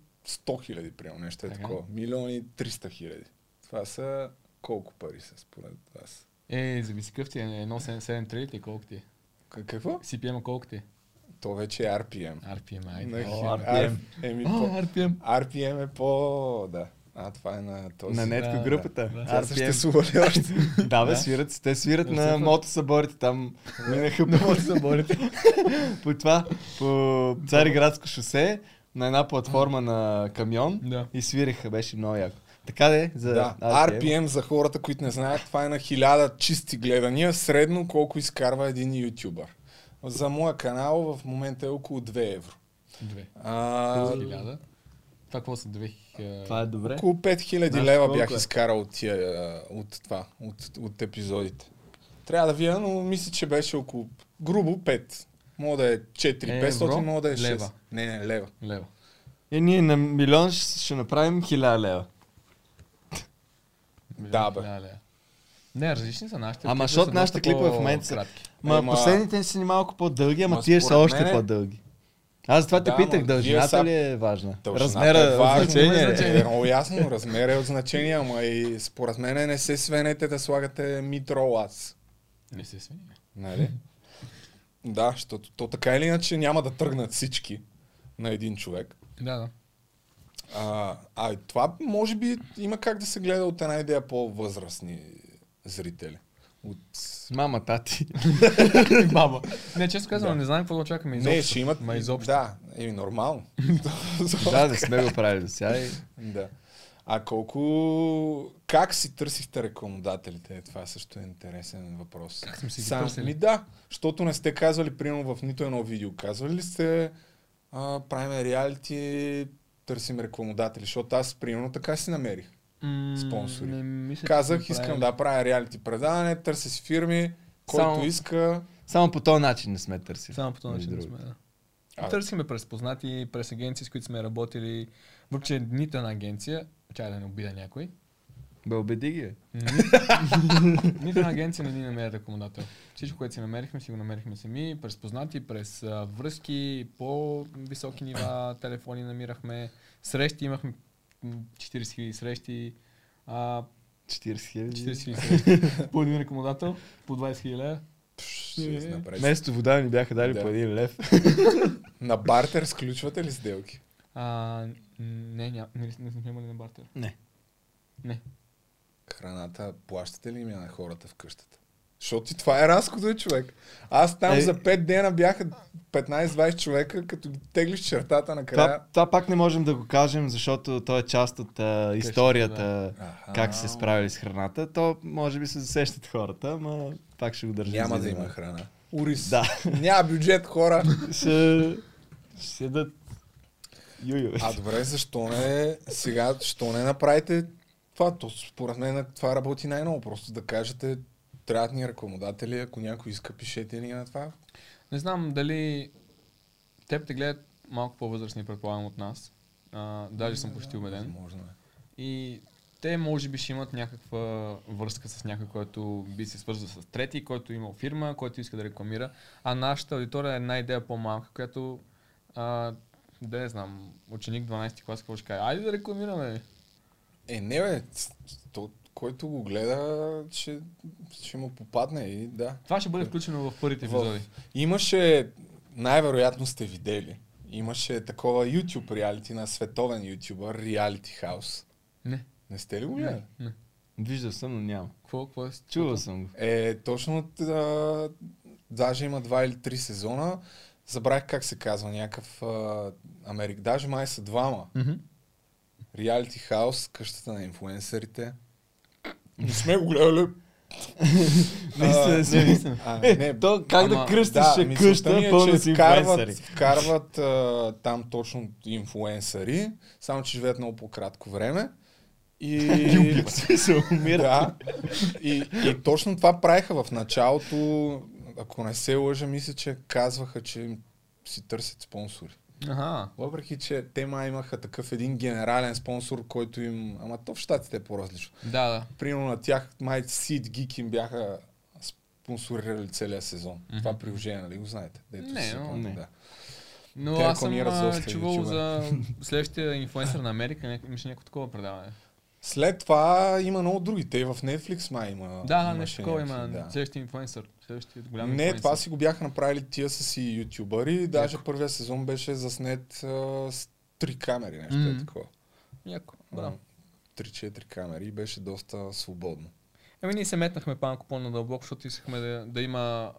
000, примерно нещо е
Така.
такова. Милиони 300 хиляди. Това са колко пари са според вас?
Е, зависи какъв ти е, 1.73 ти, е, колко ти е?
К- какво?
CPM а колко ти е?
То вече е RPM.
RPM,
На
айде.
хи-
О, RPM.
Ар- Еми,
О,
по...
RPM.
RPM е по... Да. А, това е на този...
На
Да,
нетко
да.
групата.
Тя
RPM.
съществува ли още?
Да, бе,
Да.
свират. се. Те свират
Да,
на
свират.
мотосъборите там. Минаха по мотосъборите. по това, по Цариградско шосе, на една платформа на камион
Да.
и свиреха, беше много яко. Така де, за
Да, RPM за хората, които не знаят, това е на 1000 чисти гледания, средно колко изкарва един ютубър. За моя канал в момента е около 2 евро.
Две.
А,
Хиляда. Това какво са две? хи-
Това е добре.
около 5000
Знаеш
лева
колко
бях
е?
изкарал от, тия, а, от това, от, от епизодите. Трябва да видя, но мисля, че беше около грубо 5. Мога да е 4-500,
Евро?
мога да е 6.
Лева.
Не, не, лева.
Лева.
И Е, ние на милион ще, ще направим 1000 лева.
Да, бе.
Да, да. Не, различни са нашите.
Ама
клипове
защото
са
нашите
доста
клипове в момента са-
по-кратки.
Ма
Ема-
последните ни са ни малко по-дълги, ама
Ма
тия са
според
още
мене-
по-дълги. Аз затова те
Да,
питах,
ма вие са-
дължината ли е важна?
Дължината
Размера
е
е
важно,
значение. ли е?
Е, много ясно, размер е от значение, ама и според мен не се свенете да слагате митролац.
Не се смени.
Нали? да, защото то така или иначе няма да тръгнат всички на един човек.
Да, да.
А, а и това може би има как да се гледа от една идея по-възрастни зрители. От...
Мама, тати.
Баба. Не, често казвам,
Да.
не знам какво да очакваме.
Не,
Ами изобщо.
ще имат...
Ма изобщо.
Да, и нормално.
да, не сме го правили до сега. и-
да. А колко... Как си търсихте рекламодателите? Това също е интересен въпрос. Как
сме си ги
Сам...
търсили?
Ми да, защото не сте казвали, примерно в нито едно видео, казвали ли сте а, правим реалити, търсим рекламодатели, защото аз примерно така си намерих.
М,
Спонсори.
Не мисля, че
Казах,
сме
искам
правили.
да правя реалити предаване, търся си фирми, който
Само-
иска.
Само по този начин не сме търсили.
Само по този
Между
начин сме.
другото.
Да.
А.
Търсиме през познати, през агенции, с които сме работили. Въпреки, че нито една агенция, чай да не обида някой,
Бе, убеди ги. бе.
Нито една агенция не ни намери рекомендател. Всичко, което си намерихме, си го намерихме сами, през познати, през а, връзки, по-високи нива, телефони намирахме, срещи имахме м, 40 000 срещи, а,
40 хиляди.
40 000 срещи, по един рекомендател, по 20 000 лева.
Пш, ще
Е.
направиш.
Вместо вода ни бяха дали
Да.
по един лев.
На бартер сключвате ли сделки?
А, не, ня, не, не, не, не, на бартер.
Не.
Не.
Храната, плащате ли им я на хората в къщата? Защото и това е разходът, човек. Аз там
Е.
за 5 дена бяха 15-20 човека, като ги теглиш чертата накрая.
Това, това пак не можем да го кажем, защото то е част от а, историята
Аха.
как се справили с храната. То може би се засещат хората, ама пак ще го държим.
Няма
за
да
един
има
лев.
храна. Урис.
Да.
Няма бюджет, хора.
Ще, ще седат юйове.
А добре, защо не сега, защо не направите това? То, според мен това работи най-много. Просто да кажете, трябват ни рекламодатели, ако някой иска, пишете ни на това.
Не знам дали теб те гледат малко по-възрастни, предполагам, от нас. А, даже съм почти убеден.
Възможно е.
И те може би ще имат някаква връзка с някой, който би се свързал с трети, който има фирма, който иска да рекламира. А нашата аудитория е една идея по-малка, която а, да не знам, ученик 12 клас, какво ще каже? Айде да рекламираме.
Е, не бе, ц- то, който го гледа, ще, ще му попадне и да.
Това ще бъде включено в първите
В-
епизоди.
Имаше, най-вероятно сте видели, имаше такова YouTube реалити на световен ютубър, Reality House.
Не.
Не сте ли го гледали?
Не. не.
Виждал съм, но няма.
Какво, какво е? с-
Чувал съм го.
Е, точно а, даже има два или три сезона. Забравих как се казва някакъв а, Америк. Даже май са двама.
Мгм.
Реалити хаус, къщата на инфуенсърите. Не сме го гледали.
Наистина не сме.
А,
Е, то как да
ама,
кръстиш е
мисълта
къща,
ми
пълна
че
с
вкарват,
инфлуенсъри.
вкарват а, там точно инфуенсъри, само че живеят много по-кратко време. И,
Ги убиват, се умират.
Да. И, и точно това правиха в началото. Ако не се лъжа, мисля, че казваха, че им си търсят спонсори.
Аха.
Въпреки, че те май имаха такъв един генерален спонсор, който им... Ама то в щатите е по-различно.
Да, да.
Примерно на тях май Seed Geek им бяха спонсорирали целия сезон. Mm-hmm. Това приложение, нали го знаете? Дето
Не,
се
но-
пък,
Не.
Да.
Но
Те
аз съм
рекламират
а,
доста
чувал
ютубъри.
за следващия инфлуенсър на Америка, ня- имаше някакво такова предаване.
След това има много други. Те и в Netflix май има.
Да,
имаше
нещо такова има.
някакви, да.
Следващия инфлуенсър. Следващия голям
Не,
инфлуенсър.
това си го бяха направили тия с и ютубъри. Даже първия сезон беше заснет а, с три камери, нещо
Мгм.
е такова.
Яко,
А,
браво.
Три-четири камери и беше доста свободно.
Еми Ами ние се метнахме малко по-надълбоко, защото искахме да, да има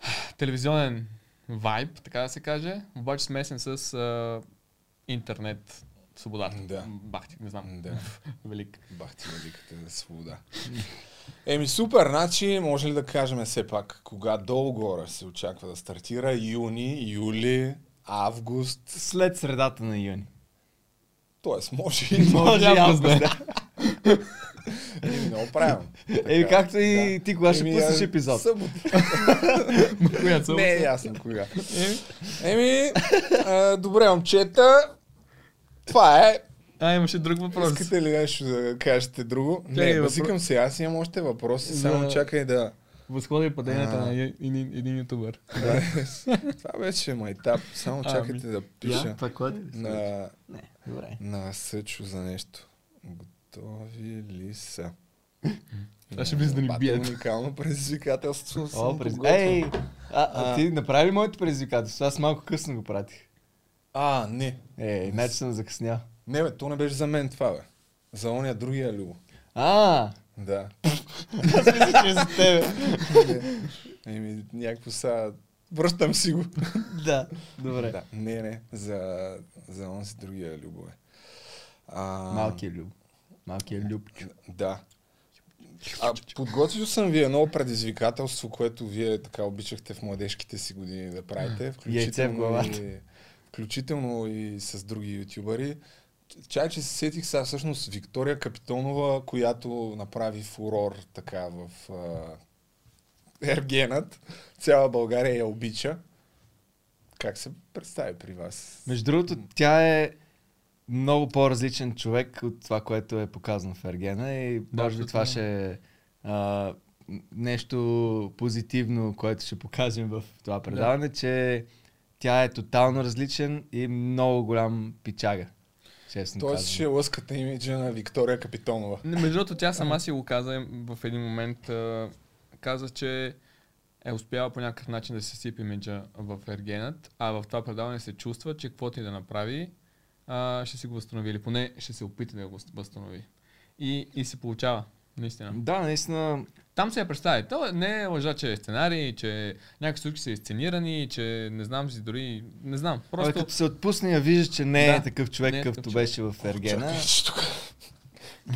а, телевизионен вайб, така да се каже, обаче смесен с а, интернет свободата.
Да.
Бахти, не знам.
Да,
Велик.
бах ти великата за свобода. Еми супер, значи може ли да кажем все пак, кога долу-горе се очаква да стартира? Юни, юли, август,
След средата на юни.
т.е. може и
Може и август, да. е.
Еми, много правилно.
Еми
Така,
Е, както и ти, кога ще
Еми,
пуснеш
а,
епизод.
събота.
Коя Е, съм?
Не е ясно кога. Еми, а, добре, момчета. Това е.
А, имаше друг въпрос.
Искате ли нещо да кажете друго?
Чакай,
Не,
въпрос-
базикам се. Аз имам още въпроси. Само
За-
чакай да...
Възхода и паденията
А.
на е- един, един ютубър.
да. Това беше майтап. Само
Ами,
чакайте да пиша
това кой
на,
Не, добре.
на Съчо за нещо. Готови ли са?
Това ще влиза да ни
Бате,
бият.
Уникално предизвикателство. съм
О, през...
подготвен.
Ей, а, а,
А.
ти направи ли моето предизвикателство? Аз малко късно го пратих.
А, не.
Е, иначе съм закъснял.
Не, бе, то не беше за мен това, бе. За оня другия любо.
А,
Да.
аз мисля, че е за тебе.
Еми, някакво са... Връщам си го.
да, добре.
Да. Не, не, за, за онзи другия любове. А,
Малкият люб. Малкият люб.
Да. А подготвил съм ви едно предизвикателство, което вие така обичахте в младежките си години да правите.
Яйце в главата.
и, включително и с други ютубъри. Чай, че се сетих сега всъщност Виктория Капитонова, която направи фурор така в а, Ергенът. Цяла България я обича. Как се представи при вас?
Между другото, тя е много по-различен човек от това, което е показано в Ергена и
Да,
може би това ще е а, нещо позитивно, което ще покажем в това предаване, че тя е тотално различен и много голям пичага. Честно
Тоест
казвам.
ще лъскате имиджа на Виктория Капитонова.
Не, Между другото, тя сама си го каза е, в един момент. а, Каза, че е успяла по някакъв начин да се сипи имиджа в Ергенът, а в това предаване се чувства, че каквото и да направи, а, ще си го възстанови. Или поне ще се опита да го възстанови. И, и се получава. Наистина.
Да, наистина.
Там се я представи. То не е лъжа, че е сценарий, че някакви случки са изценирани, че не знам си дори... Не знам.
Просто...
Просто...
Като се отпусне, я виждаш, че не е
Да,
такъв човек,
не е такъв
какъвто
човек.
беше в Ергена.
Чакай, че тук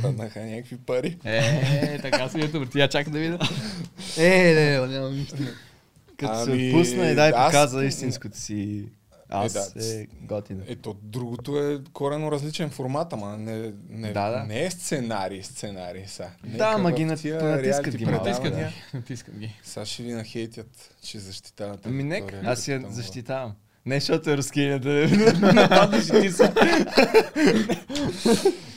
паднаха някакви пари.
Е, така си ето, брат. Я чакам да видя.
Е, не, не, нямам нищо. Като
Ами,
се отпусна и дай
аз-
показа истинското си. Аз
да.
е готино.
Ето, другото е корено различен формат, ама не, не,
Да, да.
не е сценарий, сценарий са.
Да, ама ги нат- понатискат ги малко,
Натискат ги.
да.
Натискат ги.
Сега ще ви нахейтят, че защитавате.
Ами нека,
Виктория
аз я
Капитонова.
защитавам. Не, защото е рускиня да нападнеш и ти са.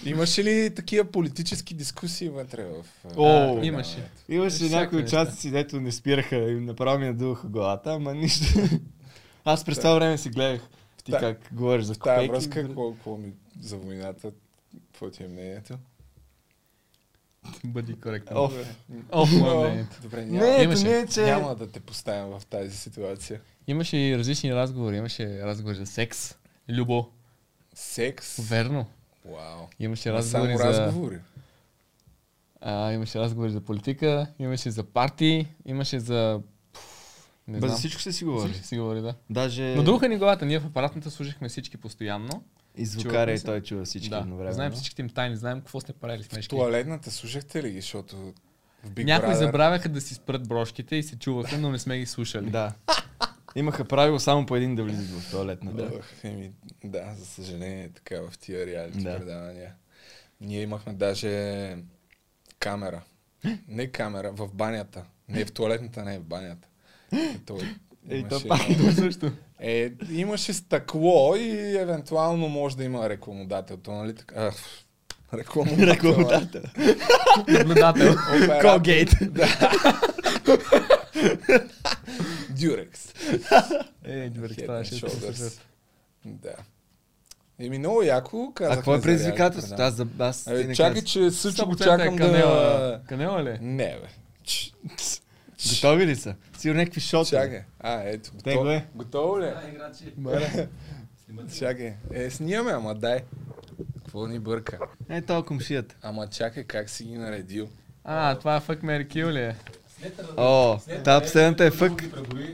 Имаше ли такива политически дискусии вътре в... а,
О,
да,
имаше.
да.
Имаше
Всякакви
някои
неща.
участници, дето не спираха и направо ми надуваха главата, ама нищо. Аз през това време си гледах ти
Та-
как говориш за
В тази
копейки.
връзка, какво- какво ми за войната, какво ти е мнението?
Бъди коректен.
Оф.
Оф,
Но,
мое мнение.
Добре,
Не,
няма,
ето
Имаше.
не, е, че...
няма да те поставям в тази ситуация.
Имаше и различни разговори. Имаше разговори за секс, любо.
Секс?
Верно.
Вау.
Имаше
Ма
разговори
Само
за...
разговори.
А, имаше разговори за политика, имаше за партии, имаше за... пф, Не
Бе, за
знам.
всичко ще си говори. Е.
Всичко си говори, да.
Даже
Надуха ни е главата. Ние в апаратната служихме всички постоянно.
и
Чувахме
звукаря и
се.
той чува всички
да.
едновременно. е
Знаем всичките им тайни, знаем какво сте правили
В
смешки.
туалетната слушахте ли ги, защото в Big
Някои
Brother...
забравяха да си спрат брошките и се чуваха, но не сме ги слушали.
Да. Имаха правило само по един да влизат в туалетна. Да.
Ох, еми, да, за съжаление е така в тия реалити
Да.
предавания. Ние имахме даже камера. Не камера, в банята. Не в туалетната, не в банята. Е, то
Ей, то
имаше-
пак
също.
Е, имаше стъкло и евентуално може да има рекламодател. То, нали така? А, ф, Рекламодател. нали?
Рекламодател.
Наблюдател.
Оператор.
Колгейт.
Дюрекс.
Е, добре,
Head
това
and
е шест
shoulders.
процента.
Да. Еми много яко
А
казахме
какво е
за
предизвикателството?
реалити
Аз, за-
предавания.
аз ти
Абе,
не
чакай,
казах.
че също
100%
чакам
е
да...
канела. Канела ли? е?
Не, бе. Ч-
Готови ли са? Сигурно някакви шотове.
Чакай. А, ето. готов-
Тегло е.
Готово ли? е?
Добре.
Чакай. Е, снимаме, ама дай. Какво ни бърка?
Е, толкова комшията.
Ама чакай, как си ги наредил?
А, това е Fuck Mary Kill ли е?
О, та последната е фък.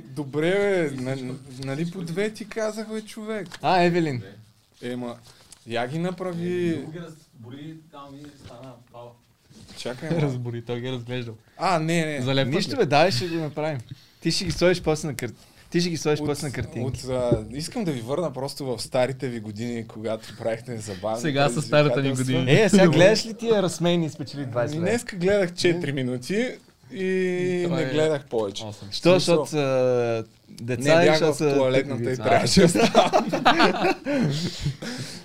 Добре, бе. на- Нали по две ти казах, бе, човек?
А, Евелин.
Ема, я ги
Е,
направи... Чакай, ама.
Разбори, той ги е разглеждал.
А, не, не.
Залепват
Нищо
ли?
бе, дай ще го направим. Ти ще ги сложиш после на карт... Ти ще ги сложиш после на картинки.
От, а, искам да ви върна просто в старите ви години, когато правихте забавни.
Сега са старата ни година.
Е, сега гледаш ли тия разсмейни спечели 20
Ами
лева?
днеска гледах 4 минути и
Това
не
е-
гледах повече.
Осем.
смисъл.
Що, защото са
Не
деца и
бях
защото
в
са
туалетната и
тъпи.
трябваше да ставам.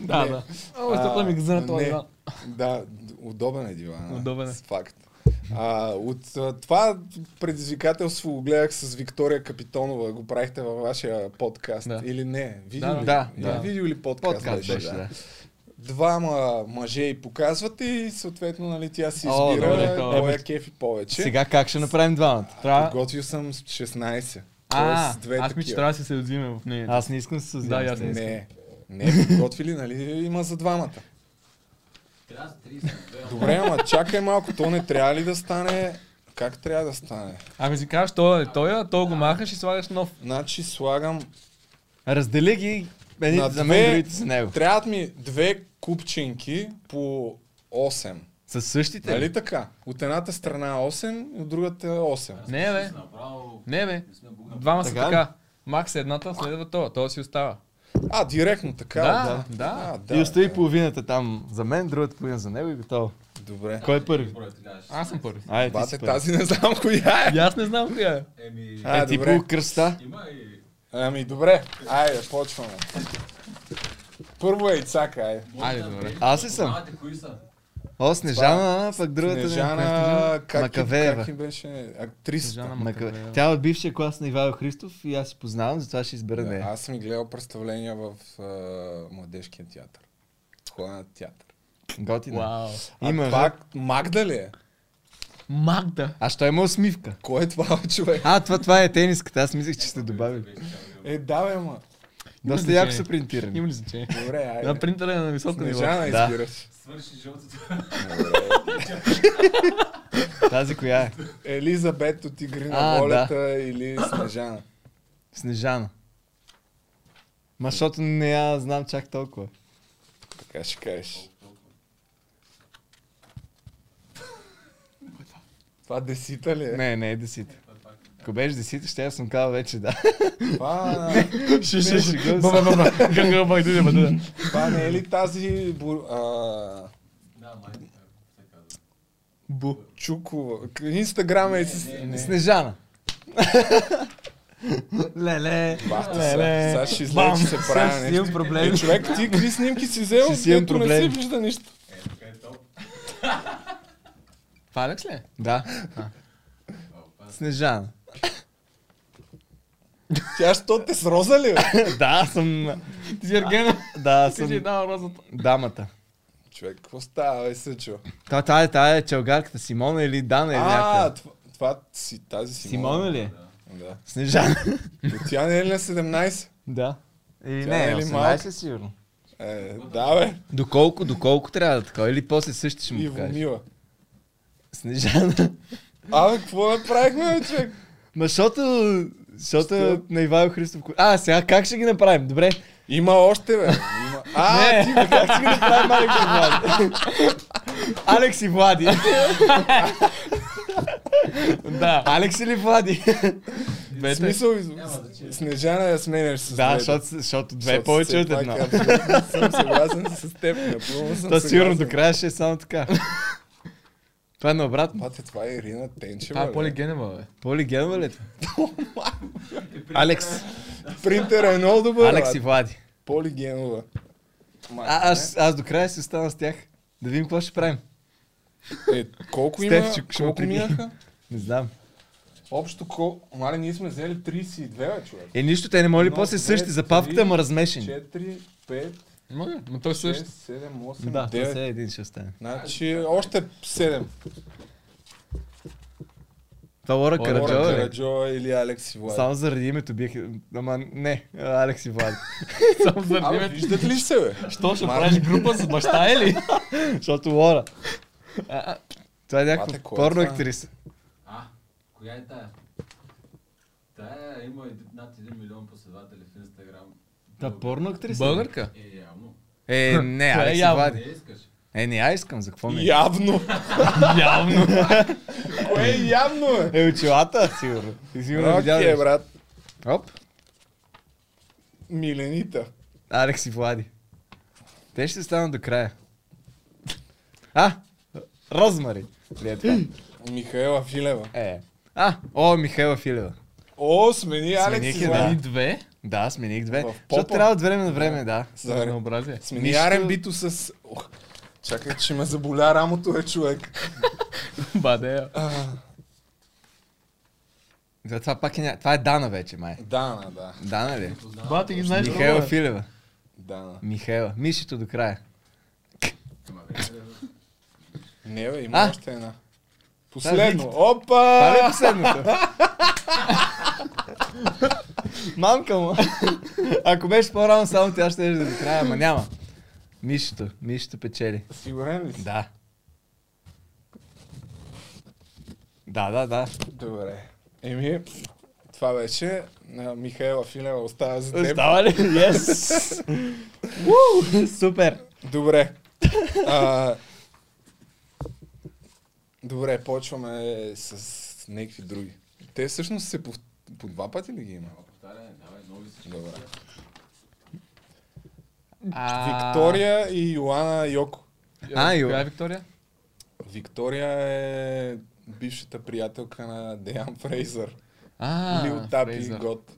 Да,
Не.
да. О, стъпла ми гъзна това
не.
диван.
Да, д- удобен е дивана.
Удобен е.
С Факт. А, от а, това предизвикателство го гледах с Виктория Капитонова, го правихте във вашия подкаст.
Да.
Или не? Видео
Да,
ли?
да,
Или
да.
Видео ли подкаст,
Подкаст беше, да.
Двама мъже и показват и съответно нали, тя си
О,
избира
добре,
О,
добре.
кой е кефи повече.
Сега как ще направим двамата? Трябва...
Подготвил съм с 16.
А,
Тоест, две
аз мисля, че
такива.
трябва да се отзимем в
е.
мнението.
Аз не искам да се създавам.
Да, и аз не
Не, не, подготвили, нали, има за двамата. Добре, ама чакай малко, то не трябва ли да стане... Как трябва да стане?
Ами си казваш, той е той, а то го махаш и слагаш нов.
Значи слагам...
Раздели ги Едни,
На
за мен
две-
Е, другите са него.
Трябват ми две купчинки по 8.
С същите?
Нали
Нали?
така? От едната страна 8, от другата е 8.
Не, бе.
Направо
Не, бе.
не сме го направили.
Двама са
Така ли?
така. Макс е едната, следва това. Това си остава.
А, директно така.
Да, да.
А,
Да,
да,
и остави
да.
половината там за мен, другата половина за него и готово.
Добре.
Кой е първи?
Брой трябваше.
Аз съм първи.
Айде, ти
Бате,
си първи.
тази не знам коя е.
И аз не знам коя е.
Еми,
А,
Е, ти
добре.
по кръста.
има и...
Ами, добре. Айде, почваме. Първо е Ицака, айде.
Айде, добре.
Аз ли съм?
Знаете кои са?
О, Снежана, пък другата... не- е.
Нежана, как, и,
Макавеева.
как и беше актрисата.
Снежана
Макаве. Тя е от бившия клас на Ивайло Христов и аз си познавам, затова ще избера
Да,
нея.
Аз съм и гледал представления в а, младежкия театър. Хора на театър.
Готина.
Вау.
А
Има,
това
да.
Магда ли е?
Магда.
А що има усмивка?
Кой е това бе, човек?
А, това, това е тениската, аз мислех, че сте добавили.
Е, да, бе, ма.
Доста
значение.
яко са принтирани.
Има ли значение?
Добре, айде.
На принтера е на високо ниво.
Снежана
Да.
избираш.
Свърши жълтото.
Тази коя е?
Елизабет от Игри
А,
на волята или Снежана.
Снежана. Ма, защото не я знам чак толкова.
Така ще кажеш. Това десита ли е?
Не, не е десита. Ако беше десита, ще я съм казал вече, да.
Това,
Ще ще ще
Бабе, бабе. Гъгъл, бай, дойде, бай, дойде.
това не е ли тази бу- а,
Да, май така се казва.
Бу.
Чукова? К- Инстаграм е... с-
Снежана. Леле.
Бата
Ле,
са.
ле.
Сега ще
Бам.
излезе, че се
Сега
прави
ще
нещо.
имам проблеми.
Е, човек, ти какви снимки си взел,
Ще си имам
дето не
проблеми.
се вижда нищо.
Е, така е топ.
Това Алекс ли е?
Да. Снежана.
Тя що те с роза ли? бе?
Да, аз съм...
Ти си Ергена.
Да,
Ти
съм
си дава розата.
дамата.
Човек, какво става, бе, Съчо?
Та, тая, е- тая е челгарката Симона или Дана или
А,
някаква.
това, това си, тази Симона.
Симона ли е?
Да.
Снежана.
Но тя не е ли на 17?
Да. Или
Тя
не,
е ли
18
малка?
сигурно.
Е, да, бе.
Доколко, доколко трябва да така? Или после също ще
И
му покажеш.
Мила.
Снежана.
Абе, какво направихме, бе, човек?
Ма защото... Защото
Що?
на Ивайло Христов... А, сега как ще ги направим? Добре.
Има още, бе. Има... А, ти бе, как си го
Правим Алекс и Влади. Алекс и Влади.
Да.
Алекс или Влади?
В
Двете.
смисъл,
Няма значение.
Снежана я сменяш с
Да,
двете.
защото, защото две
Защото
е повече
все
от
пак
една.
абсолютно Съм съгласен с теб, напълно съм
То сигурно
съгласен.
до края ще е само така. Това е наобратно.
Бате, това е Ирина Тенчева,
Това е
бе.
Поли Генева, бе.
Поли генва ли? е? Алекс.
Принтера е много добър,
Алекс и
бе.
Влади.
Полигенова.
А, аз, аз до края си остана с тях. Да видим какво ще правим.
Е, колко има,
Стефчик ще му
колко
прибие.
минаха?
Не знам.
Общо колко... Мале, ние сме взели 32, бе, човек.
Е, нищо, те не моли
Но,
после
две,
същите за
три,
павката, ама размешени.
4, 5,
Може, но той
6,
също.
7, 8,
Да, това
9.
се е един ще остане.
Значи, още 7.
Това Лора
Лора
Караджова ли?
Караджова е или Алекс и Влади.
Само заради името бих... Ама не, Алекс и Влади.
Е,
Само заради
Абе,
името.
виждат ли се, бе?
Що ще
Мар-
правиш група с баща е ли?
Защото Лора.
А, а,
Това е
Бате,
някаква
кой е това?
порно актриса.
А, коя е тая? Тая е, има и над 1 милион последователи в Инстаграм.
Та порно актриса?
Българка.
Е, явно.
Е, не,
Това е
Алекс и
явно.
Не
Влади.
искаш.
Е, не, я искам, за какво ми е?
Явно.
Явно.
Кое е явно, бе?
Е, очилата, сигурно. Ти сигурно е видял.
Окей,
ли?
брат.
Оп,
Миленита.
Алекс и Влади. Те ще станат до края. А, Розмари. Ли е това?
Михаела Филева.
Е. А, о, Михайла Филева.
О, смени Алекс
Смених
и
я,
Влади.
И две.
Да, смених две.
В
Защото
попа.
трябва от време на време, да.
С-
За разнообразие.
Смени
Нищо-
R&B-то с... Ох, Чакай, че ме заболя рамото, е човек.
Бадея.
А,
За това пак е ня... Това е Дана вече, май.
Дана, да.
Дана ли?
Познавам.
Ба, ти ги знаеш е?
Михайла
много, бе.
Филева.
Дана.
Михайла. Мишето до края.
Ама, вече,
Не, бе, има
А?
още една.
Тази
Последно.
Викт. Това ли
Опа!
е последното? Мамка му. Ако беше по-рано, само тя ще е до края, ама няма. Мишето. Мишето печели.
Сигурен ли си?
Да. Да, да, да.
Добре. Еми, Това беше. А, Михаела Филева остава за теб.
Остава ли? Yes! Уу, Супер!
Добре. А, добре, почваме с някакви други. Те всъщност се по, по два пъти ли ги има?
Повтаряне, давай, нови си.
Добре.
А,
Виктория и Йоана Йоко.
А, Йо.
Коя е Виктория?
Виктория е бившата приятелка на Деян Фрейзър.
А,
Лил Тап и
Фрейзър.
Гот.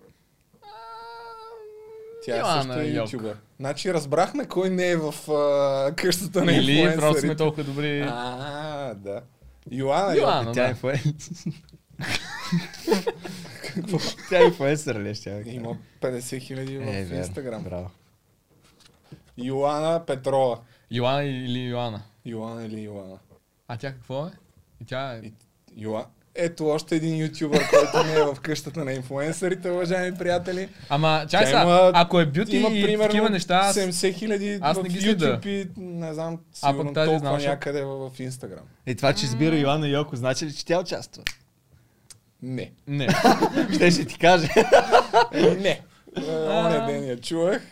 Тя
Йоана
е също е
Йоко.
ютубър. Значи разбрахме кой не е в а, къщата на
Или просто сме
инфлуенсърите.
толкова добри.
А, да. Йоана, Йоана.
Йоана,
Тя е
да.
инфуенсър. Тя е инфуенсър ли? Ще я кажа.
Има 50 хиляди в
Е, верно.
Инстаграм.
Браво.
Йоана Петрова.
Йоана или Йоана.
Йоана или Йоана?
А тя какво е? И тя е...
И- Йоа. Ето още един ютубър, който не е в къщата на инфуенсърите, уважаеми приятели.
Ама, чай
Тя
сега,
има-
ако е бюти
Има
и
примерно
такива неща, аз...
70 хиляди в
аз не ги
YouTube и не знам,
А, пък
сигурно
тази
толкова
знаеш ли?
някъде в в Инстаграм.
И Е, това, че избира Йоанна Йоко, значи ли, че тя участва?
Не.
Не.
Ще ще ти кажа.
Е, Не. Е, Оня ден я чувах.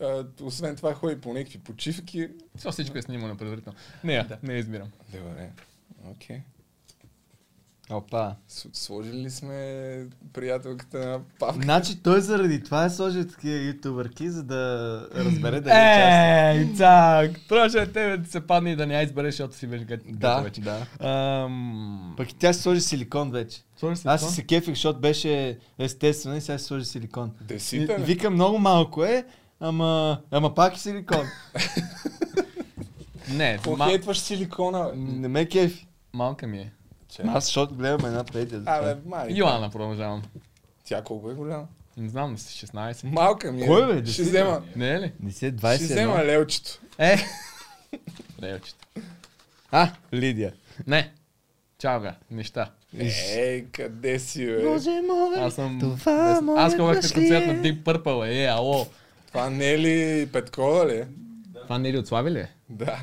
Е, Освен това ходи по някакви почивки.
Все всичко е снимано предварително. Не, я, не я избирам.
Добре. Окей.
Опа.
С- Сложили ли сме приятелката на Павка?
Значи той заради това е сложил такива ютубърки, за да разбере дали
Е!
участва.
Ей, так! Е, Трябваше на тебе да се падне и да не я избереш, защото си беше гад.
Да, да.
Ам...
Пък и тя си сложи силикон вече.
Сложи си
Аз
това?
си се кефих, защото беше естествено и сега си сложи силикон. И,
Десита, не?
вика много малко е, ама, ама пак е силикон.
Не, ма...
Похейтваш силикона, бе.
Не ме кефи.
малка ми е.
Че?
Аз защото гледам една петия. за това.
Абе, мали.
Йоана продължавам.
Тя колко е голяма?
Не знам, си 16.
Малка ми е.
Кой, бе,
Ще
десита?
взема.
Не е ли?
Не се
Ще взема
21.
лелчето.
Е! Левчета.
А, Лидия.
Не. Чалга, неща.
Ей, къде си, бе?
мой,
Аз съм...
това
не- Аз ходях на концерт на Deep Purple, е, е, ало.
Това не е ли Петкова ли? е?
Това не е ли от Слави ли е?
Да.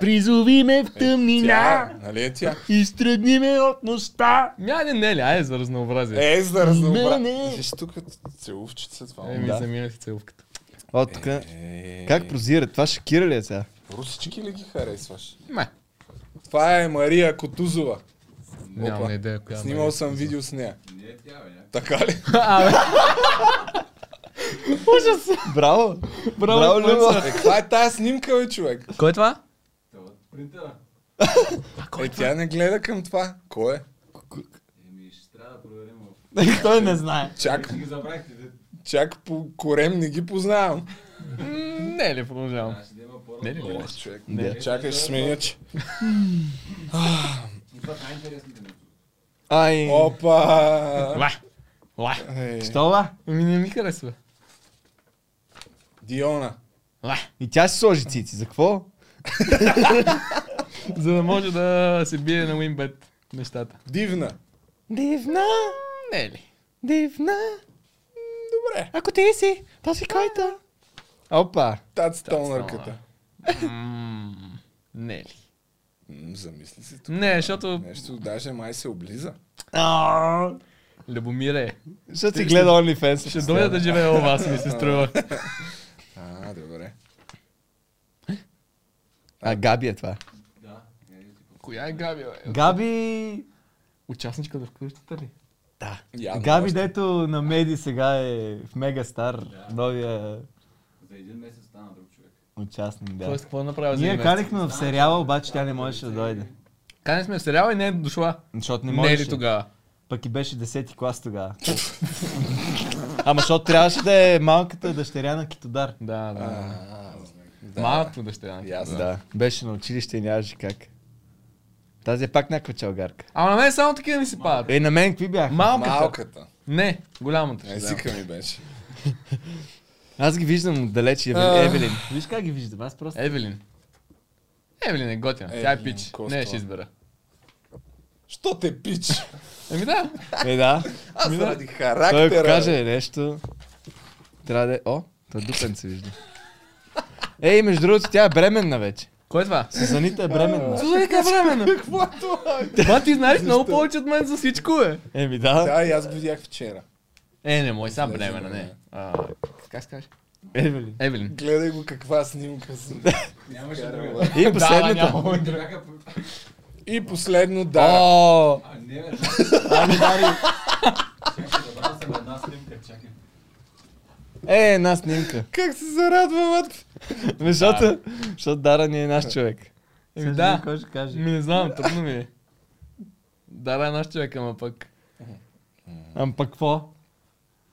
Призови ме в тъмнина
Тя, е, нали е тя?
и стръгни ме от носта.
Ми, айде не е ли, айде за разнообразие.
Е, за
Не,
разнообразие.
не.
Виж тук целувчица това.
Е, ми
да.
замина си целувката.
О, тук.
Е,
Как прозира? Това шокира ли е сега?
Русички ли ги харесваш?
Не,
Това е Мария Котузова.
нямам идея коя.
Снимал съм видео с нея.
Не е тя, бе, някаква.
Така ли?
Браво! Браво, Любо!
Е, каква е тази снимка, бе, човек?
Кой е това?
Та от принтера.
Е, тя не гледа към това. Кой е?
Еми, ще трябва да проверим. в-
Той не знае.
Чак,
Ще ги забрахте, де.
чак по корем не ги познавам.
е. Не ли, продължавам.
Трябваше да има по-рано.
Не ли,
О, човек.
Да.
Чакай, ще сменя, че.
И това е най-интересното нещо.
Ай,
Опа!
Ла! Ла!
Е,
що ла?
Ми не ми харесва.
Диона.
Ла!
И тя си сложи цици. За какво?
За да може да се бие на Winbet нещата.
Дивна.
Дивна,
Не е ли?
дивна,
Добре.
ако ти си, то си който. Опа,
Тац
Тонър.
Тонърката.
М, Не е ли?
М, Замисли се тук.
Не, защото
Нещо даже май се облиза.
Любомире,
Ще ти гледа OnlyFans.
ще дойда е. да живея у вас, ми се струва.
А, добре.
А, Габи е това.
Да, не е типа.
Коя е Габи, бе?
Габи...
Участничка да вкъщата ли?
Да.
Явно
Габи,
още.
дето на Меди сега е в Мегастар,
Да.
новия
За един месец стана друг човек.
участник. Да.
Тоест, какво направя за
Ние
един месец?
канихме в сериала, обаче тя не можеше да дойде.
Канихме сме в сериала и не е дошла.
Защото не
Не е
можеше.
ли тогава?
Пък и беше 10-ти клас тогава. Ама защото трябваше да е малката дъщеря на Китодар.
Да, да.
А, да.
Малко дъщеря.
Ясно.
Да, беше на училище и нямаше как. Тази е пак някаква чалгарка.
Ама на мен само такива ми се падат.
Е, на мен какви бях?
Малката.
Малката.
Не, голямата. ще взема.
Езика ми беше.
Аз ги виждам отдалече,
А.
Евелин. Евелин. Виж как ги виждам, аз просто...
Евелин. Евелин е готина. Тя е
Евелин
пич.
Костова.
Не, ще избера.
Що те пич?
Еми да.
Е, да.
Аз заради
Той ако
характера.
каже нещо, трябва да е... О, той дупен се вижда. Ей, между другото, тя е бременна вече.
Кой е това?
Сузанита е бременна.
Сузаника е времена.
Какво е това?
Това ти знаеш много повече от мен за всичко, бе.
Еми да.
Да, и аз го видях вчера.
Е, не, мой сам бремена, не. А, как се каже?
Евелин.
Евелин.
Гледай го каква снимка съм.
Нямаше друго.
вкарала.
И последната.
няма.
Те бяха по-
И последно, да.
О,
А, не, бе.
Ами,
Чакай, добавил съм една снимка, чакай.
е, една снимка.
Как се зарадват!
Бе, Защото, защото Дара ни е наш човек.
Еми да.
Кой ще каже?
Ми не знам, трудно ми е. Да, да, е наш човек, ама пък.
Ам пак какво?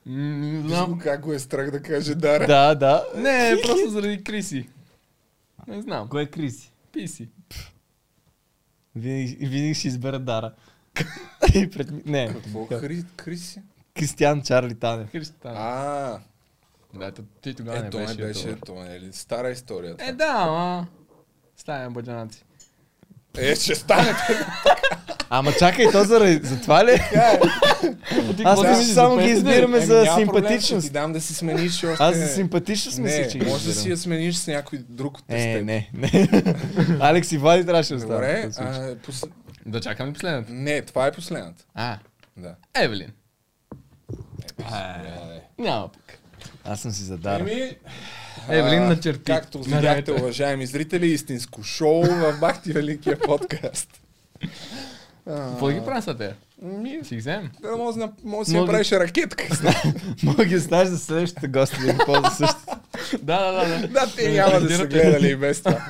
М, Не
Виж
знам.
го как го е страх да каже Дара.
Да, да.
Не, просто заради Криси. Не знам.
Кой е Криси?
Писи.
Винаги, винаги ще избера Дара. И пред... Не,
Какво Хри, Криси?
Кристиан Чарли Танев.
Христа.
А,
Да, т- ти тогава
е,
не
то не
беше.
беше,
добър.
то не е ли? Стара история.
Е, да, ама. Ставаме баджанаци.
Е, ще стане
Ама чакай, то заради... За това ли? е?
така. е.
Аз
Да.
мисля, че само ги избираме
Еми,
за
Ами, няма проблем, Ще
симпатичност.
ти дам да си смениш още.
Аз за симпатичност мисля,
Не,
че ги
може да си
избирам.
я смениш с някой друг от
Е,
тестет.
не, не. Алекс и Влади трябваше да останат. в
Добре,
този случай.
а, пос...
Да чакам ли последната?
не, това е последната.
А,
Да.
Евелин.
Е,
Няма пък.
Аз съм си за Дара.
Еми,
Евелин
а,
начерти.
Както видяхте,
Нарайте.
уважаеми зрители, истинско шоу в Бахти Великия подкаст. А,
Какво ги правя са те?
Ми,
Е, Си ги вземем.
да може да може да си
Може-
правиш ракетка.
Мога ги оставиш за следващата гости да ги ползва същите.
Да, да, да. да.
да, те няма да са
разбирате.
гледали и без това.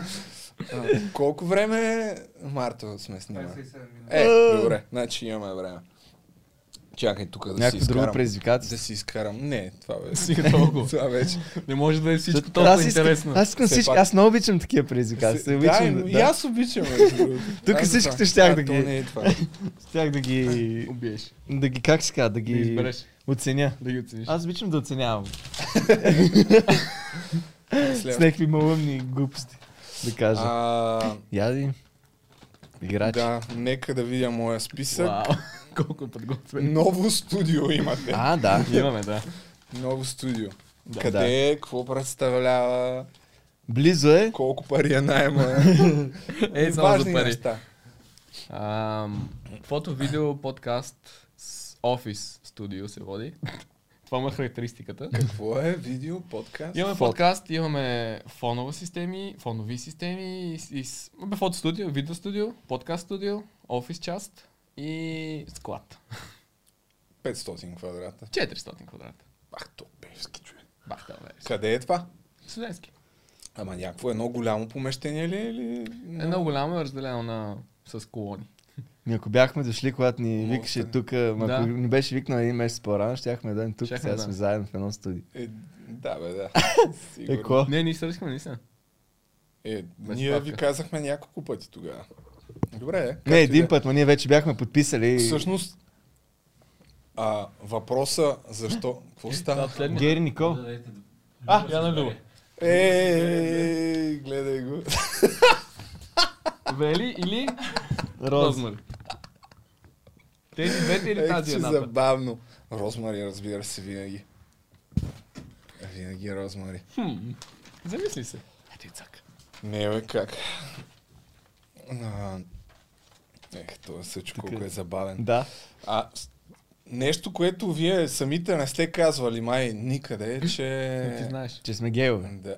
А, Колко време, е? Марто, сме снимали?
27 минути.
Е, добре, значи имаме време. Чакай тук да си
Някакво друго
изкарам.
предизвикателство.
Да си изкарам. Не, това вече.
Си толкова.
това вече.
Не може да е всичко
Аз
толкова
искам-
интересно.
Аз искам
Все
всички.
пак.
Аз много обичам такива предизвикателства.
Се-
Обичам
да,
да,
и- и
да.
аз обичам. между другото.
Тук
Аз за
всичките
това.
щях
А,
да
то
ги-
не е това.
Щях да ги...
Убиеш.
Да ги как ска, да
Ги
ги
избереш.
оценя.
Да ги оцениш.
Аз обичам да оценявам. С
След-
някакви малумни глупости. Да кажа. Значи.
А,
Яди. Играчи.
Да, нека да видя моя списък.
Вау. Колко е подготвен.
Ново студио имате.
А, да.
Имаме, да.
Ново студио.
Да. Да.
Къде е, какво представлява,
Близо е.
колко пари е найма.
Е, само за
Важни
пари.
неща.
Ам, Фото, видео, подкаст, с офис, студио се води. Това му е характеристиката.
Какво е видео, подкаст?
Имаме
Фото.
подкаст, имаме фонова системи, фонови системи, и, с- и, с- бе, фото студио, видео студио, подкаст студио, офис част и склад.
500 квадрата.
400 квадрата.
Ах, то певски човек.
Бах, да, бе.
Къде е това?
Студентски.
Ама някакво едно голямо помещение ли е, или...
Е много голямо е разделено на с колони.
Ми ако бяхме дошли, когато ни
Може
викаше
да.
тук, ама
Да.
ако ни беше викнал един месец по-рано, щяхме да дойдем тук,
Щяхме
сега
да.
сме заедно в едно студио.
Е, да, бе, да.
Е,
Сигурно.
какво?
Не, ние се ръскаме, наистина.
Е,
Без
ние
справка.
ви казахме няколко пъти тогава. Добре, е. както
Не,
и да
един
е.
път, но ние вече бяхме подписали.
Всъщност, а, въпроса защо... Какво става?
Следния.
Гери Никол.
Да дадете д-
А, я на Люба.
Е, Ей, е, гледай го.
Вели или
Роз.
Розмари. Тези двете или
Ек, Е,
тази
че
едната?
забавно. Розмари, разбира се, винаги. Винаги е розмари.
Хм, замисли се. Ето и цак.
Не, бе, как. А, ех, това също колко
Така.
е забавен.
Да.
А, с- нещо, което вие самите не сте казвали май никъде, е,
Ти
че...
знаеш.
Че сме гейове.
Да.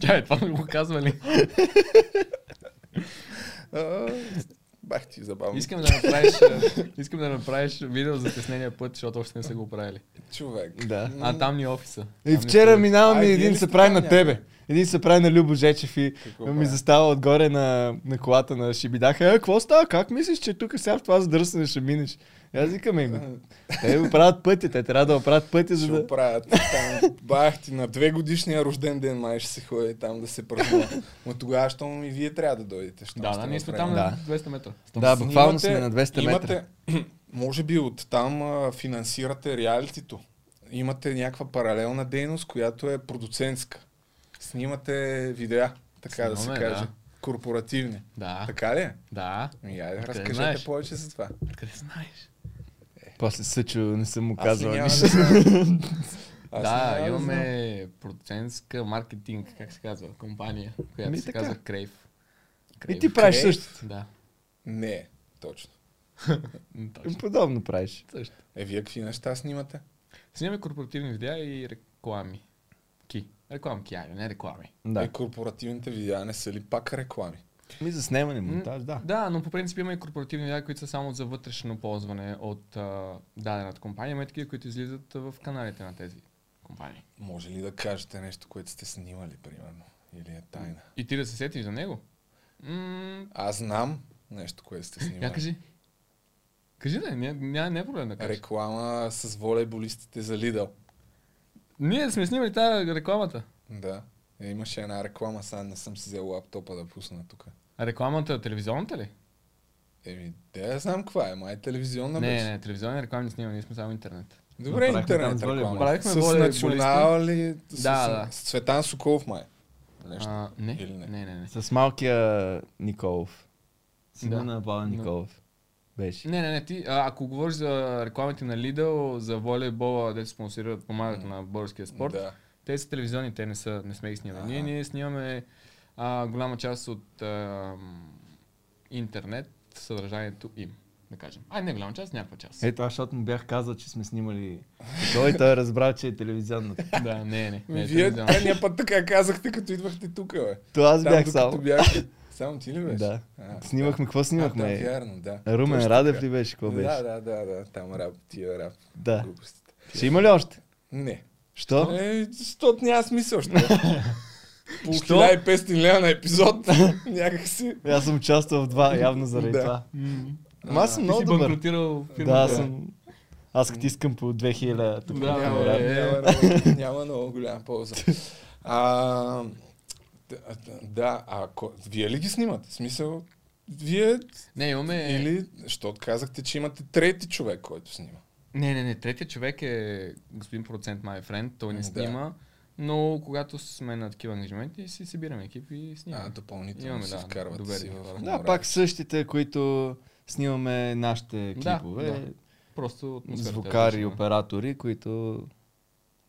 Тя е, това не го казва ли?
А, бах ти забавно.
Искам да направиш, а, искам да направиш видео за теснения път, защото още не са го правили.
Човек.
Да.
А там ни е офиса.
И
Там ни
вчера
е
минавам
А,
и
вие
един
ли
се
сте
прави
там
на
някъде?
тебе. Един се прави на Любо Жечев и
Какво
ми
прави?
застава отгоре на, на колата на Шибидаха. Е, какво става? Как мислиш, че тук сега в това задръсане ще минеш? И аз викам, еми, те го правят пътя, те трябва да го правят пътя, за
Ще
да...
го правят. Там, бах ти, на две годишния рожден ден май ще се ходи там да се празнува. Но тогава, щом и вие трябва да дойдете. щом
Да,
сте
да, ние сме там
направили.
на
е Да.
200 метра.
Да,
Снимате-
буквално сме на 200 метра.
Имате, може би от там а, финансирате реалитито. Имате някаква паралелна дейност, която е продуцентска. Снимате видеа, така да се
Снимаме,
каже.
да.
Корпоративни.
Да,
Така ли е?
да.
Ми, Айде,
Откъде
разкажете
знаеш?
повече за това.
Откъде знаеш?
После Съчо не съм му
Аз ли
казал
няма
нищо.
да знам? Аз
да,
няма
имаме продуцентска маркетинг, как се казва, компания, която
Ми
се
така.
казва Крейв.
И ти правиш
Крейв.
същото.
Да.
знам. Не, точно.
м, Точно.
Подобно правиш.
Също.
Е, вие какви неща снимате?
Снимаме корпоративни видеа и реклами. Ки. Рекламки, айде, не реклами.
Да. Е,
Да.
корпоративните видеа не са ли пак реклами?
Ми за снимане, монтаж, да.
Да, но по принцип има и корпоративни видеа, които са само за вътрешно ползване от а, дадената компания. Има и такива, които излизат в каналите на тези компании.
Може ли да кажете нещо, което сте снимали, примерно? Или е тайна?
И ти да се сетиш за него? М-
Аз знам нещо, което сте снимали.
я кажи. Кажи да, не, не, не е проблем да кажеш.
Реклама с волейболистите за Лидъл.
Ние сме снимали тази рекламата.
Да. Е, имаше една реклама, сега не съм си взел лаптопа да пусна тук.
А Рекламата, телевизионната ли?
Еми, да я знам каква е, май е телевизионна
не,
беше.
не, телевизионни реклами не снимаме, ние сме само интернет.
Добре,
Направихме там
интернет
с волейбол.
реклама.
Правихме
с
волейболисти.
национали, с,
Да, да.
с Цветан Соколов май. Нещо.
А, не,
Или не?
не, не, не.
С малкия Николов. Сина
Да.
на Баба
Да.
Николов. Беше.
Не, не, не, ти, а, ако говориш за рекламите на Lidl, за волейбола, де спонсорират, помагат
М.
на българския спорт,
Да.
те са телевизионни, те не, са, не сме ги снимали. Ние,
Аха.
ние снимаме а, голяма част от а, интернет съдържанието им, да кажем. Ай, не голяма част, някаква част.
Ето, аз Е, защото му бях казал, че сме снимали. Той той е разбрал, че е телевизионно.
Да, не, не. не
Ми,
е
Вие
телевизионно.
предния път така казахте, като идвахте тук, бе.
То аз
Там,
бях
докато
само.
Бяхте... Само ти ли беше?
Да.
А,
Снимахме, какво
А, да,
снимахме?
вярно, да.
Румен
Точно
Радев
така.
ли беше? Какво
Да,
беше?
да, да, да. Там рап, тия рап.
Да.
Глупостите.
Ще има ли още?
Не.
Що?
Е, защото няма смисъл, ще. По
Що?
1500 лева на епизод, някакси.
Аз съм участвал в два, явно заради
Да.
това.
М.
Ама аз съм
Ти
много
си
добър.
банкротирал фирмата.
Да, аз съм. Аз като искам по 2000. тук.
Да,
няма, е,
бе.
няма, много- няма много голяма полза. А, да, да, а ко- вие ли ги снимате? В смисъл, вие
Не, имаме...
или, защото казахте, че имате трети човек, който снима.
Не, не, не. Третия човек е господин процент My Friend. Той не
Да.
снима. Но когато сме на такива ангажименти, си събираме екип и снимаме.
А, допълнително
Имаме,
се
да,
вкарвате
доверие.
си в
Да, пак същите, които снимаме нашите
Да,
клипове.
Просто атмосферата е
Звукари,
различна.
оператори, които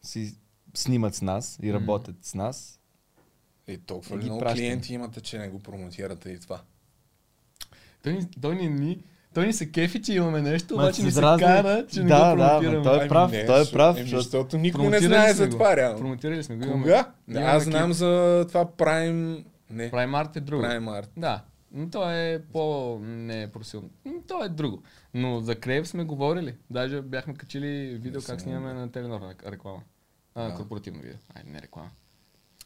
си снимат с нас и
М.
работят с нас.
И толкова
И
ли
ги
много
пращам.
клиенти имате, че не го промотирате и това.
Той, ни- той ни, ни, той ни се кефи, че имаме нещо,
Ма,
обаче ни се
раздразни-
кара,
Да,
че не го
да, ма
промотираме.
той е
Ами
прав,
не,
той е
защо-
прав,
еми,
защото
защото никой не
Промотирали
знае
сме
за
го.
това реално.
Промотирали сме го. имаме.
Кога?
Имаме
Аз
екип.
знам за това Prime... Не,
Prime Art е друго.
Prime Art.
Да. Но то е по не е професионално. М, То е друго. Но за Крев сме говорили. Даже бяхме качили видео
Не
как
съм-
снимаме на Теленор рек- реклама. А,
Да.
корпоративно видео. Ай, не реклама.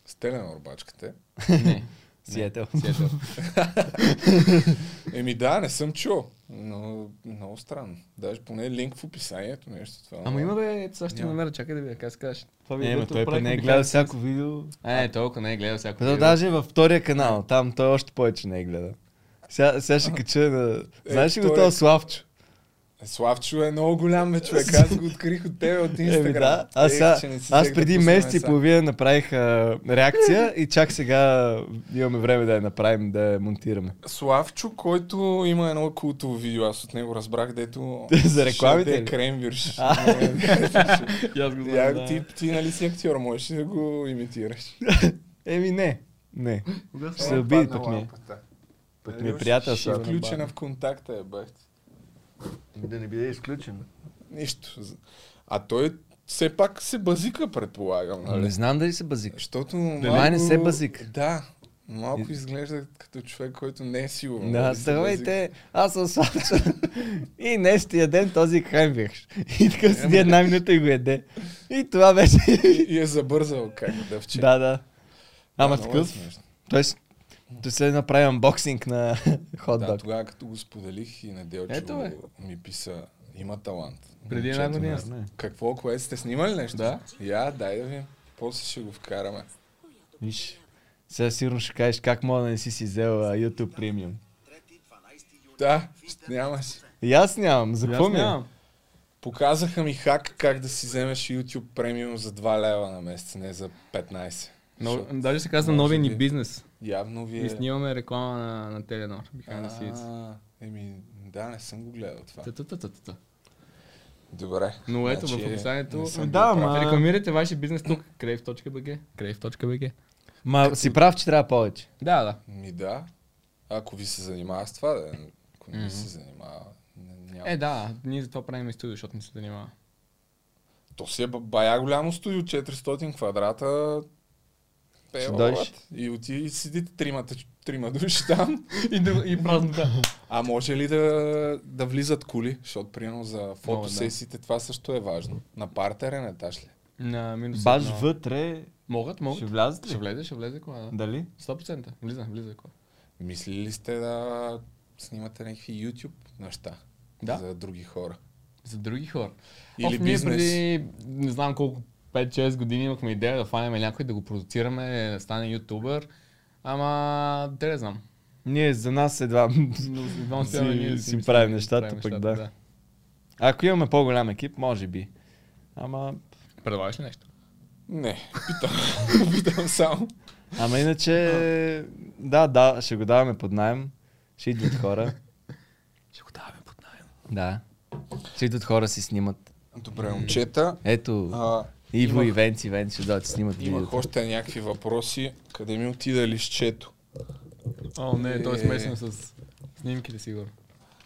С Теленор бачкате.
Не.
Сиетел.
Сиетел.
Еми да, не съм чул, но много странно. Даже поне линк в описанието, нещо това.
Ама има бе, сега ще
Няма.
намеря, чакай да видя как се казваш. Това
Е, ма той пък не е гледал всяко видео.
Е, толкова не е гледал всяко
Пътел,
видео.
даже във втория канал, там той още повече не е гледал. Сега, сега ще кача на...
Е,
Знаеш ли го
той е-
този Славчо?
Славчо е много голям бе, човек. Аз го открих от тебе от Инстаграм.
Еми да, аз,
Ех,
сега,
че не си
аз
взех да
преди
пусна
месец и
меса. Е.
половина направих а, реакция и чак сега имаме време да я направим, да я монтираме.
Славчо, който има едно култово видео, аз от него разбрах, дето...
За рекламите
Ще
ли?
е кремвирш.
И аз го знам,
Я,
да.
ти, ти нали си актьор, можеш ли да го имитираш?
Еми не, не.
Кога
Ще се обиди пък ми. е. Пък ми е приятел
Ще е
сега.
включена в контакта, е бахти.
Да не биде изключен.
Нищо. А той все пак се базика, предполагам,
Не
нали?
знам дали се базик.
Защото
Ами. май не се базика.
Да, малко изглежда като човек, който не е сигурен.
Да,
дали се базика.
здравейте, аз съм Славчо. и днес ще ядем този кремвирш. И така седи една минута и го еде. И това беше.
И, и е забързал как да вчера.
да, да. Ама
много е
такъв.
смешно.
Той, с- той след направи анбоксинг на хот
Да,
дог.
тогава като го споделих и Неделчо
Ето, бе.
ми писа, има талант.
Преди една
Момчето.
година.
Какво, кое сте снимали нещо?
Да.
Я, дай да видим. После ще го вкараме.
Виж, сега сигурно ще кажеш как мога да не си си взел а, YouTube премиум.
Да, ще нямаш.
И аз нямам, за
Аз
какво ми е?
нямам.
Показаха ми хак как да си вземеш YouTube премиум за 2 лева на месец, не за 15.
Но,
Защото
даже се казва
може
новия ни
би.
бизнес.
Явно ви е...
И снимаме реклама на, на Теленор. Behind the scenes.
А, Еми, да, не съм го гледал това.
Та-та-та-та-та.
Добре.
Но ето
Значи,
в описанието.
не съм
Да,
бил прав.
ма-
Рекламирайте вашия бизнес тук. Crave.bg. Crave.bg.
Ма си прав, че трябва повече.
Да, да.
Ми да. Ако ви се занимава с това, да. Ако не ви се занимава, не- няма.
Е, да, ние затова правим и студио, защото не се занимава.
То си е ба- бая голямо студио, 400 квадрата.
Ще
Пео,
дойдеш?
и оти и седите тримата, трима души там.
и, друг, и празнота.
А може ли да, да влизат коли? Защото примерно за фотосесиите това също е важно. На партерен етаж ли?
На минус
Баш
едно.
вътре
Могат, могат.
ще влязат
Ще
ли?
влезе, ще влезе кола, да.
Дали?
100%. Влиза, влиза кола.
Мислили ли сте да снимате някакви YouTube неща
Да.
за други хора?
За други хора.
Или
Оф, ние
бизнес?
преди, не знам колко, 5-6 години имахме идея да фанеме някой, да го продуцираме, да стане ютубър. Ама, те не знам.
Ние за нас едва.
Но, но
Си-
сега ние
си
мислим,
правим
да
нещата, пък да. Ако имаме по-голям екип, може би. Ама,
Предлагаш ли нещо?
Не, питам. питам само.
ама иначе, да, да, ще го даваме под найем. Ще идват хора.
Ще го даваме под найем.
Да. Ще идват хора си снимат.
Добре, момчета.
Ето,
А,
Иво
имах-
и Венци, Венци ще дойдат и снимат
Имах
видеото.
още някакви въпроси. Къде ми отида лището?
О, не, той е
Е.
смесен с снимките, сигурно.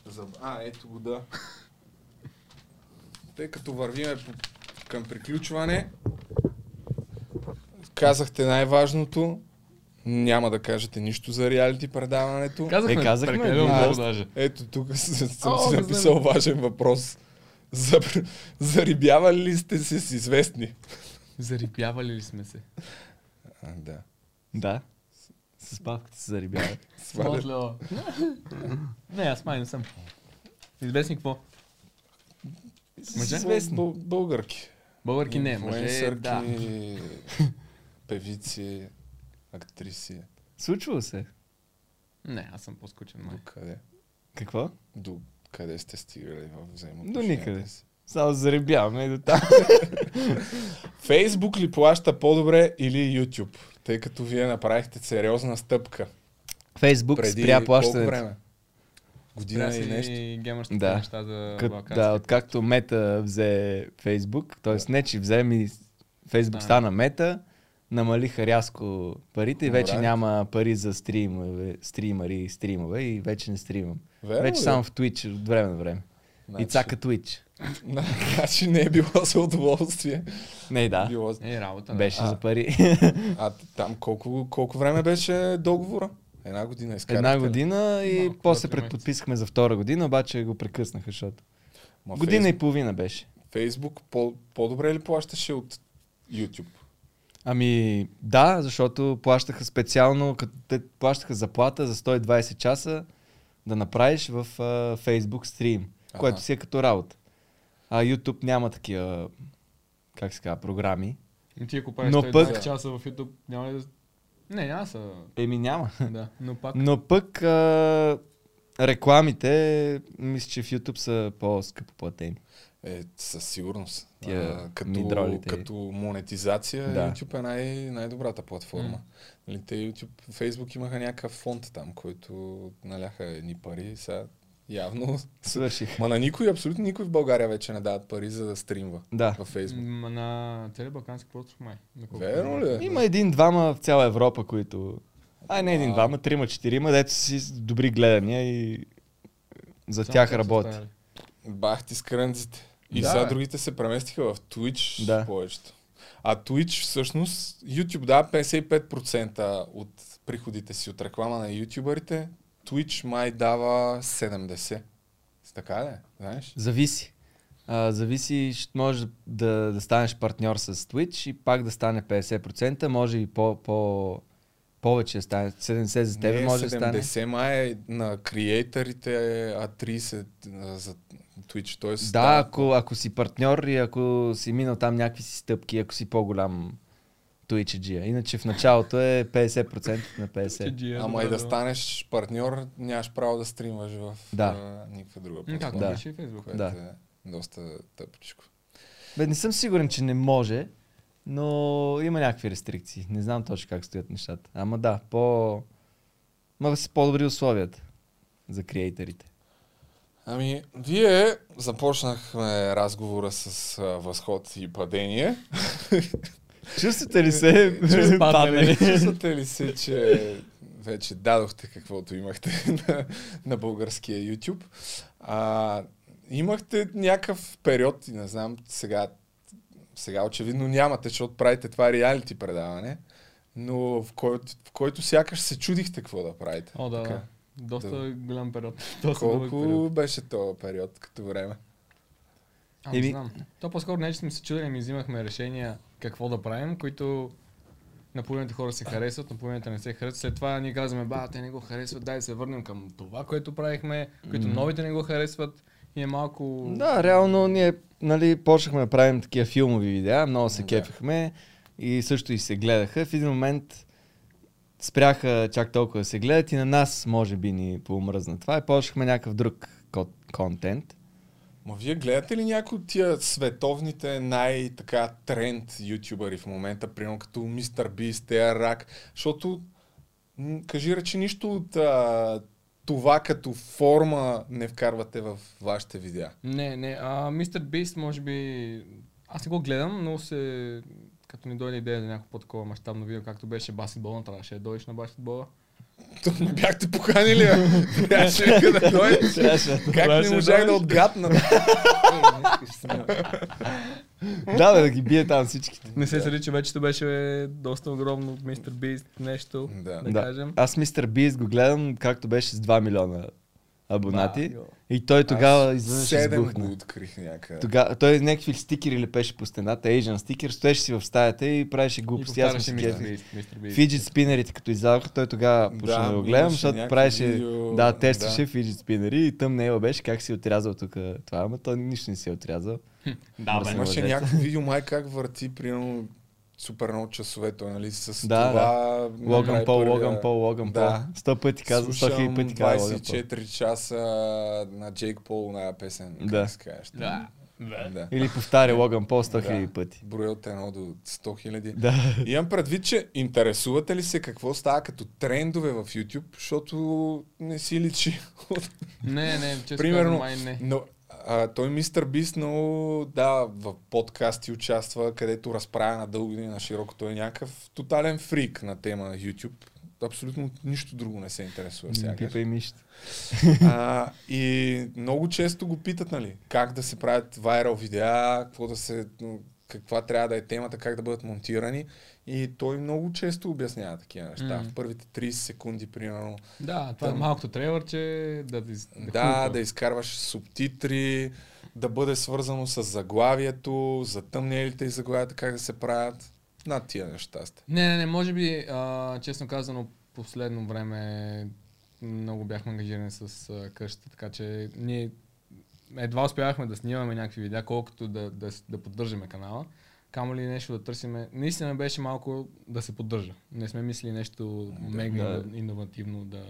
Заб- А, ето го, да. Тъй като вървиме по- към приключване, казахте най-важното. Няма да кажете нищо за реалити предаването.
Казахме,
Е, казахме,
прекалено
да.
много даже.
Ето тук с- съм
О,
си
да
написал важен въпрос. Забр- Зарибявали ли сте се с известни?
Зарибявали ли сме се?
А, да.
Да. С папката се зарибява.
Свалят.
Мотлева. не, аз май не съм. Известни какво?
Мъже?
Известни. Бъл- Българки.
Българки не, мъже,
Инфлуенсърки,
да.
певици, актриси.
Случвало се.
Не, аз съм по-скучен май.
До къде?
Какво?
До къде сте стигали в взаимоотношенията
До никъде.
си?
Само зарибяваме и до там.
Фейсбук ли плаща по-добре или YouTube? Тъй като вие направихте сериозна стъпка.
Фейсбук
Преди
спря
колко
плащането.
време? Година
Значи
и нещо.
гемърските
Да.
неща за
е
Кът,
Балканските.
да, откакто Мета взе Фейсбук, т.е. не, че взе ми Фейсбук
А.
стана Мета, намалиха рязко парите и вече
Добре.
няма пари за стримове, стримъри и стримове и вече не стримам.
Верно
вече
ли?
само в Twitch от време на време.
Значи-
И цака Twitch.
Значи не е било за удоволствие.
Не, да.
Било... за-
Е, работа. да.
Беше
А.
за пари.
А т- там колко, колко време беше договора? Една година изкарахте.
Една година и
Малко
после
над три месеца.
предподписахме за втора година, обаче го прекъснаха, защото.
Ма
година
Фейсбук,
и половина беше.
Фейсбук по- по-добре ли плащаше от YouTube?
Ами да, защото плащаха специално, като те плащаха заплата за 120 часа да направиш в а, Facebook стрим,
Аха.
което си е като работа. А YouTube няма такива, как се казва, програми.
И Ти ако правиш
Но
120
пък-
часа в YouTube, няма ли да... Не, няма да са...
Еми няма.
Да, но пак...
Но пък а, рекламите, мисля, че в YouTube са по-скъпо платени.
Е, със сигурност.
Тия
а, като,
мидролите.
като монетизация, да.
Да.
YouTube е най- най-добрата платформа. Нали, те YouTube, Facebook имаха някакъв фонд там, който наляха едни пари. Сега явно.
Свърших.
Ма на никой, абсолютно никой в България вече не дават пари за да стримва
Да.
във Facebook.
М, На целия Балкански полуостров май. доколкото
Верно
знам.
ли? е?
Има един-двама в цяла Европа, които... Ай, не един-двама, трима-четирима, дето си с добри гледания и за
Само
тях
те са
работи.
станали.
Бах ти с крънците. И
Да,
сега
бе.
другите се преместиха в Twitch да.
Да.
повечето. А Twitch всъщност, YouTube дава 55% от приходите си от реклама на ютубърите. Twitch май дава 70%. Така ли? е? Знаеш?
Зависи. А, зависи, ще може да, да станеш партньор с Twitch и пак да стане 50%, може и по, по, повече да стане. 70 за тебе
Не,
може да стане.
70 май е на креаторите, а 30 за Twitch. Тоест,
Да, ако, ако си партньор и ако си минал там някакви си стъпки, ако си по-голям Twitch-джия. Иначе в началото е 50% на 50%.
TGS,
Ама и да
добре, добре.
станеш партньор, нямаш право да стримваш в
Да.
а, никаква друга
М, Както
платформа.
Да.
беше и Фейсбук.
Което
Да.
е доста тъпчко.
Бе, не съм сигурен, че не може, но има някакви рестрикции. Не знам точно как стоят нещата. Ама да, по... Ма са по-добри условията за креаторите.
Ами, вие започнахме разговора с а, възход и падение.
Чувствате ли се?
Чувствате
паднали?
Чувствате ли се, че вече дадохте каквото имахте на, на българския YouTube? А, имахте някакъв период, и не знам, сега, сега очевидно нямате, защото правите това реалити предаване, но в който, в който сякаш се чудихте какво да правите.
О, да,
Така.
да. Доста
Да.
голям период. Доста дълъг
Колко
период.
беше този период като време?
А, не
Еми-
знам. То по-скоро не, че сме се чудили, ми взимахме решения какво да правим, които на половината хора се харесват, на половината не се харесват. След това ние казваме, ба, те не го харесват, дай да се върнем към това, което правихме, които новите не го харесват. И е малко...
Да, реално ние нали, почнахме да правим такива филмови видеа, много се
Да.
кефихме и също и се гледаха. В един момент спряха чак толкова да се гледат и на нас може би ни поумръзна това и почнахме някакъв друг кон- контент.
Ма вие гледате ли някои от тия световните най-така тренд ютубъри в момента, примерно като Мистер Бист, Рак, защото м, кажи речи нищо от а, това като форма не вкарвате в вашите видеа.
Не, не. А, Мистер Бист, може би... Аз не го гледам, но се... Като ни дойде идея за някакво по-такова мащабно видео, както беше баскетболна, трябваше да дойдеш на баскетбола.
Тук не бяхте поканили, а? Нали трябваше вика да дойдеш.
е
Как не можах да отгадна?
Да, бе, да ги бие там всичките.
Не се сади, че вечето беше доста огромно от Мистер Бист нещо,
Да.
да,
Да.
кажем.
Аз Мистер Бист го гледам както беше с 2 милиона абонати.
Ба, йо.
И той тогава изведнъж
Седем го
избухна.
открих някъде.
Тогава той някакви стикери лепеше по стената, Asian стикер, стоеше си в стаята и правеше
И
глупости. Аз му
повтаряше
се
Мистер
кефих.
Бист, Мистер Бист.
Фиджит спинерите, като издаваха, той тогава почна
Да,
да, го гледам,
имаше
защото
някакви
правеше,
видео,
да, тестваше фиджит спинери и тъмнейла беше как си е отрязал тук това, ама той нищо не си е отрязал.
Да, бе.
Мръсна.
Имаше
Младец.
някакво видео май как върти, примерно, супер много часове, той, нали, с
Да,
това... Да.
Логан Пол, Логан Пол, Логан Пол.
Да.
Сто пъти каза, сто хиляди пъти каза Логан Пол.
24 часа на Джейк Пол на песен. как
Да.
се казваш,
Да.
да.
Или повтаря Логан Пол сто
Да.
хиляди пъти.
Броя от едно до 100 хиляди.
Да.
Имам предвид, че интересувате ли се какво става като трендове в YouTube, защото не си личи. от-
Не, не,
Примерно,
честно Примерно, май не.
Но, а, той мистер Бист много, да, в подкасти участва, където разправя на дълго и на широко. Той е някакъв тотален фрик на тема YouTube. Абсолютно от нищо друго не се интересува сега.
Пипа и мишта.
А, и много често го питат, нали, как да се правят вайрал видеа, какво да се, м, каква трябва да е темата, как да бъдат монтирани. И той много често обяснява такива неща.
Мм.
В първите 30 секунди, примерно,
Да, това е
Там.
малкото трейлърче, да ти...
да,
хуква.
да изкарваш субтитри, да бъде свързано с заглавието, за тъмнелите и заглавията, как да се правят. Над тия неща сте.
Не, не, не, може би, а, честно казано, последно време много бяхме ангажирани с а, къщата, така че ние едва успявахме да снимаме някакви видеа, колкото да, да, с- да поддържаме канала. Камо ли нещо да търсиме. Наистина беше малко да се поддържа. Не сме мислили нещо мега
да.
иновативно да,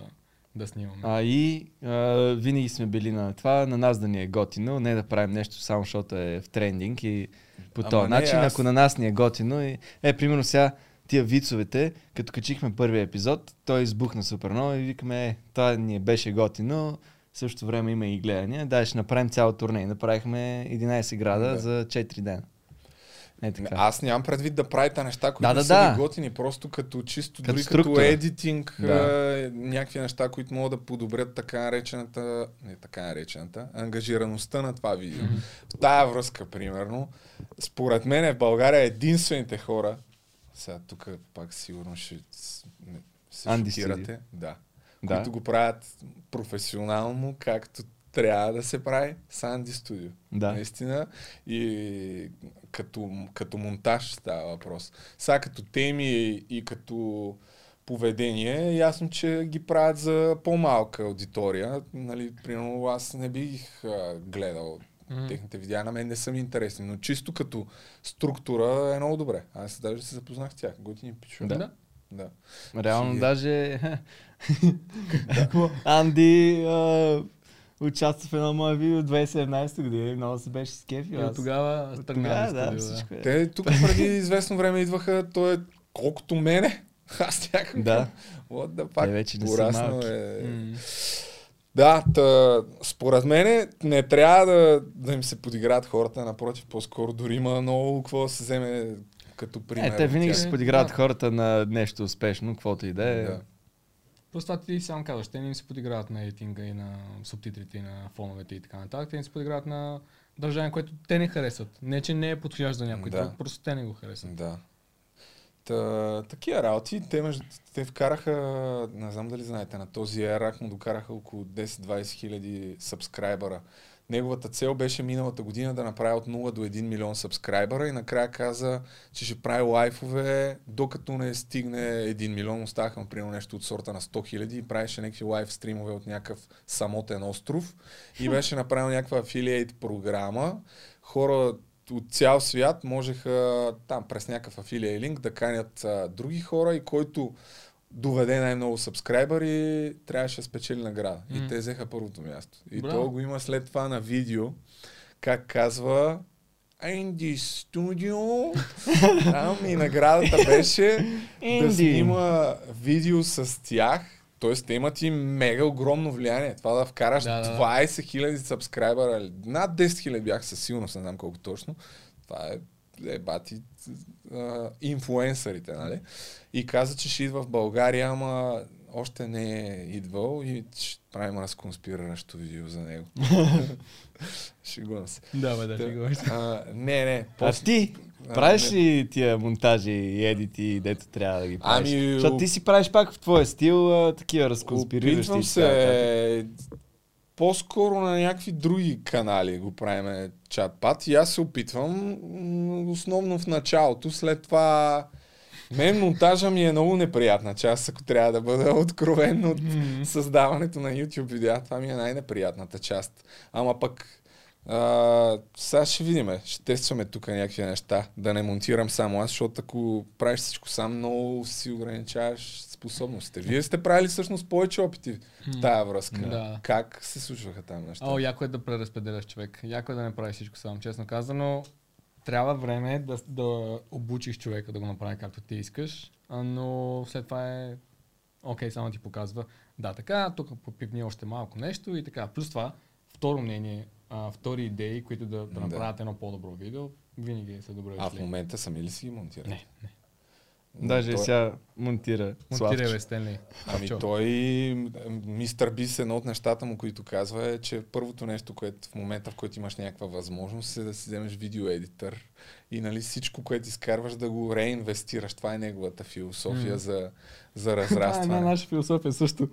да снимаме.
А и а, винаги сме били на това, на нас да ни е готино, не да правим нещо само защото е в трендинг и по
Ама
този
не,
начин,
аз-
ако на нас ни е готино и е, примерно сега тия вицовете, като качихме първия епизод, той избухна супер много и викаме, е, това ни е беше готино, в същото време има и гледания, да, ще направим цял турней. Направихме 11 града
Да.
за 4 дена. Е така.
Аз нямам предвид да правите неща, които
Да, да,
са
да.
ви готини, просто като чисто,
Като
дори като
структура.
едитинг,
Да.
да. някакви неща, които могат да подобрят така наречената, не така наречената, ангажираността на това видео. В тая връзка, примерно, според мен е, в България единствените хора, сега тук пак сигурно ще с- не- се
Анди
шокирате,
Сиди.
да,
Да.
които го правят професионално, както трябва да се прави с Анди Студио.
Да.
Наистина. И като, като монтаж става въпрос. Сега като теми и като поведение, е ясно, че ги правят за по-малка аудитория. Нали, примерно аз не бих а, гледал
Мгм.
техните видеа, на мен не са ми интересни, но чисто като структура е много добре. Аз даже се запознах с тях. Готини пичове.
Да.
Да.
да.
Реално
Живи.
даже... Анди а, участва в едно мое видео 2017 година и много се беше
И
скефил.
от
аз.
тогава
От
тръгнахме.
тогава,
Да,
да,
да.
всичко е.
Те тук преди известно време идваха, той е колкото мене. Аз някакъв.
Да,
What the
те
fuck?
вече не са
Пораснал
малки.
е.
М.
Да, тъ, според мен не трябва да, да им се подиграват хората, напротив, по-скоро дори има много какво да се вземе като пример.
Е, те
от
винаги
тях.
ще се подиграват
Да.
хората на нещо успешно, каквото и да е.
Да.
Плюс това ти сам казваш, те не им се подиграват на рейтинга и на субтитрите и на фоновете и така нататък. Те им се подиграват на държание, което те не харесват. Не, че не е подходящ за някой
Да.
друг, просто те не го харесват.
Да. Та, такива работи, те, между, те вкараха, не знам дали знаете, на този ерак му докараха около 10-20 хиляди сабскрайбъра. Неговата цел беше миналата година да направи от 0 до 1 милион сабскрайбъра и накрая каза, че ще прави лайфове, докато не стигне 1 милион. Оставаха му примерно нещо от сорта на 100 хиляди и правеше някакви лайв стримове от някакъв самотен остров и беше направил някаква афилиейт програма. Хора от цял свят можеха там през някакъв афилия линк да канят а, други хора и който доведе най-много сабскрайбъри, трябваше да спечели награда. И
М.
те взеха първото място. И
Браво.
то го има след това на видео, как казва Инди Студио. Там и наградата беше да
Инди.
снима видео с тях. Тоест, те имат и мега огромно влияние. Това да вкараш
Да, да, да.
20 000 сабскрайбъра, или над 10 000 бях със сигурност, не знам колко точно. Това е е бати а, инфлуенсърите, нали? И каза, че ще идва в България, ама още не е идвал и ще правим разконспиращо видео за него. Шегувам се.
Да, бе,
Да.
да, ти говориш.
А, не, не.
А
после-
ти
А,
правиш
не.
ли тия монтажи и едити, дето трябва да ги правиш?
Ами,
Защото ти си правиш пак в твоя стил а, такива разконспириращи.
Опитвам
и така нататък.
се. По-скоро на някакви други канали го правиме чат-пат и аз се опитвам м, основно в началото, след това мен монтажа ми е много неприятна част, ако трябва да бъда откровен от
Мгм.
създаването на YouTube видеа. Това ми е най-неприятната част. Ама пък а, сега ще видим. Ще тестваме тук някакви неща. Да не монтирам само аз, защото ако правиш всичко сам, много си ограничаваш способностите. Вие сте правили всъщност повече опити в тая връзка.
Да.
Как се случваха там неща?
О, яко е да преразпределяш човек. Яко е да не правиш всичко сам, честно казано. Трябва време да, да обучиш човека да го направи както ти искаш, а, но след това е окей, само ти показва да, така, тук попипни още малко нещо и така. Плюс това, второ мнение, а, втори идеи, които да, да
Да.
направят едно по-добро видео, винаги са добре
а в
дошли.
момента сами ли си ги монтирате? е
Не, не.
Но
Даже и
той-
сега монтира.
Монтирай,
Славчо.
бе, Стенли.
Ами
Славчо.
той, м, мистер Бис, едно от нещата му, които казва е, че първото нещо, което в момента, в който имаш някаква възможност, е да си вземеш видеоедитър и нали, всичко, което изкарваш, да го реинвестираш. Това е неговата философия
Мгм.
за, за
Това е една
разрастване.
наша философия също.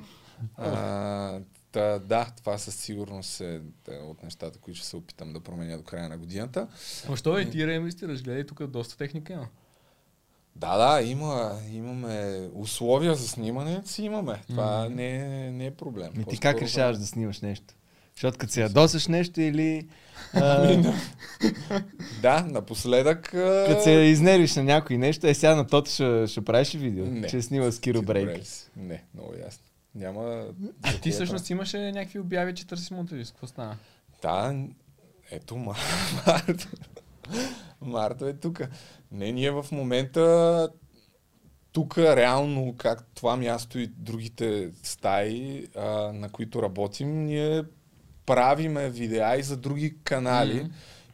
а, та, да, това със сигурност е е от нещата, които ще се опитам да променя до края на годината.
Ама що е, ти реинвестираш, гледай, тук доста техника има.
Да, да, има, имаме условия за снимане, си имаме. Това
Мгм.
не, е- не е проблем.
Ми Ами ти
По-скоро
как
да-
решаваш да снимаш нещо? Защото като си ядосаш нещо или а,
Да, напоследък... а,
като се изнервиш на някой нещо, е сега на тото ще, ще правиш ли видео,
Не.
че снима с Киро Брейк.
Брейкс. Не, много ясно. Няма... за
А
кого
ти
Е, да
всъщност имаше някакви обяви, че търсиш монтажист. Какво стана?
Да, ето Ма- Марто. Марто е тук. Не, ние в момента тук реално, как това място и другите стаи, а, на които работим, ние правиме видеа и за други канали.
Мгм.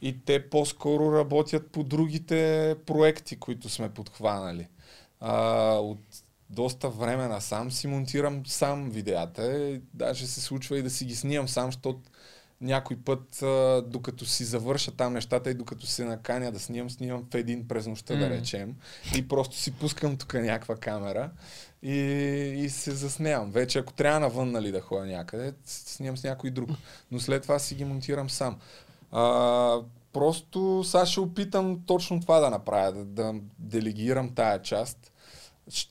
И те по-скоро работят по другите проекти, които сме подхванали. А, от доста време насам си монтирам сам видеята. и Даже се случва и да си ги снимам сам, защото някой път, а, докато си завърша там нещата и докато се наканя да снимам, снимам в един през нощта, да
М.
речем. И просто си пускам тук някаква камера и, и се заснявам. Вече ако трябва навън нали, да ходя някъде, с- снимам с някой друг. Но след това си ги монтирам сам. А, просто сега ще опитам точно това да направя, да, да делегирам тая част. Щ-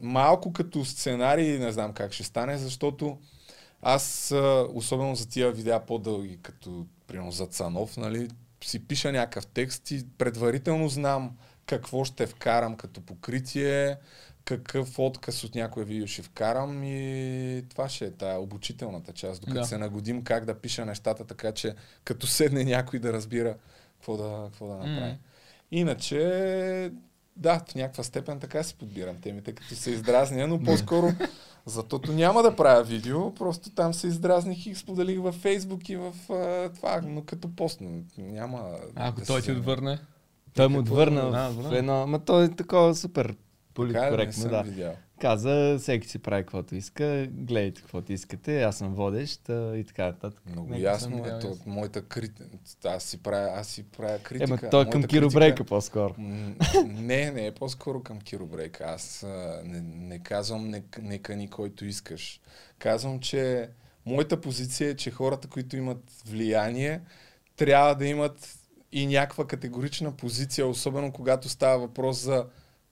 Малко като сценарий не знам как ще стане, защото аз, а, особено за тия видеа по-дълги, като примерно за Цанов, нали, си пиша някакъв текст и предварително знам какво ще вкарам като покритие, какъв отказ от някое видео ще вкарам и това ще е тая обучителната част, докато
Да.
се нагодим как да пиша нещата, така че като седне някой да разбира какво да, какво да направи.
М.
Иначе Да, в някаква степен така си подбирам темите, като се издразня, но по-скоро затото няма да правя видео, просто там се издразних и споделих във Фейсбук и в а, това, но като пост н- няма...
А, ако
да
той
се
ти
заема.
отвърне.
Той му
Да,
отвърна в
отвърна.
едно... Ма той е такова супер
Така ли? не
политкоректно,
съм
да.
видял.
Каза, всеки си прави каквото иска, гледайте каквото искате, аз съм водещ а, и така нататък.
Много
Нека съм
ясно
видял,
е то,
ясно.
моята критика. Аз си правя, аз си правя критика.
Ема той е
Моята
към Киро
критика-
Брейка по-скоро.
М, Не, не, по-скоро към Киро Брейк. Аз а, не, не казвам не, не кани който искаш. Казвам, че моята позиция е, че хората, които имат влияние, трябва да имат и някаква категорична позиция, особено когато става въпрос за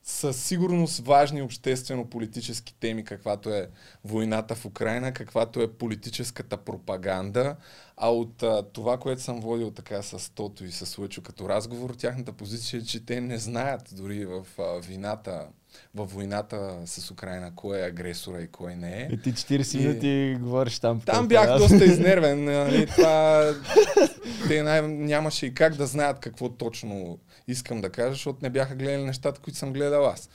със сигурност важни обществено-политически теми, каквато е войната в Украина, каквато е политическата пропаганда, а от а, това, което съм водил така с Тото и с Лъчо като разговор, тяхната позиция е, че те не знаят дори в а, вината, във войната с Украина, кой е агресора и кой не е.
И ти 40
И-
минути говориш там. по
Там
телефона.
бях
Аз-
доста изнервен. Нали, това... Те най- нямаше и как да знаят какво точно искам да кажа, защото не бяха гледали нещата, които съм гледал аз.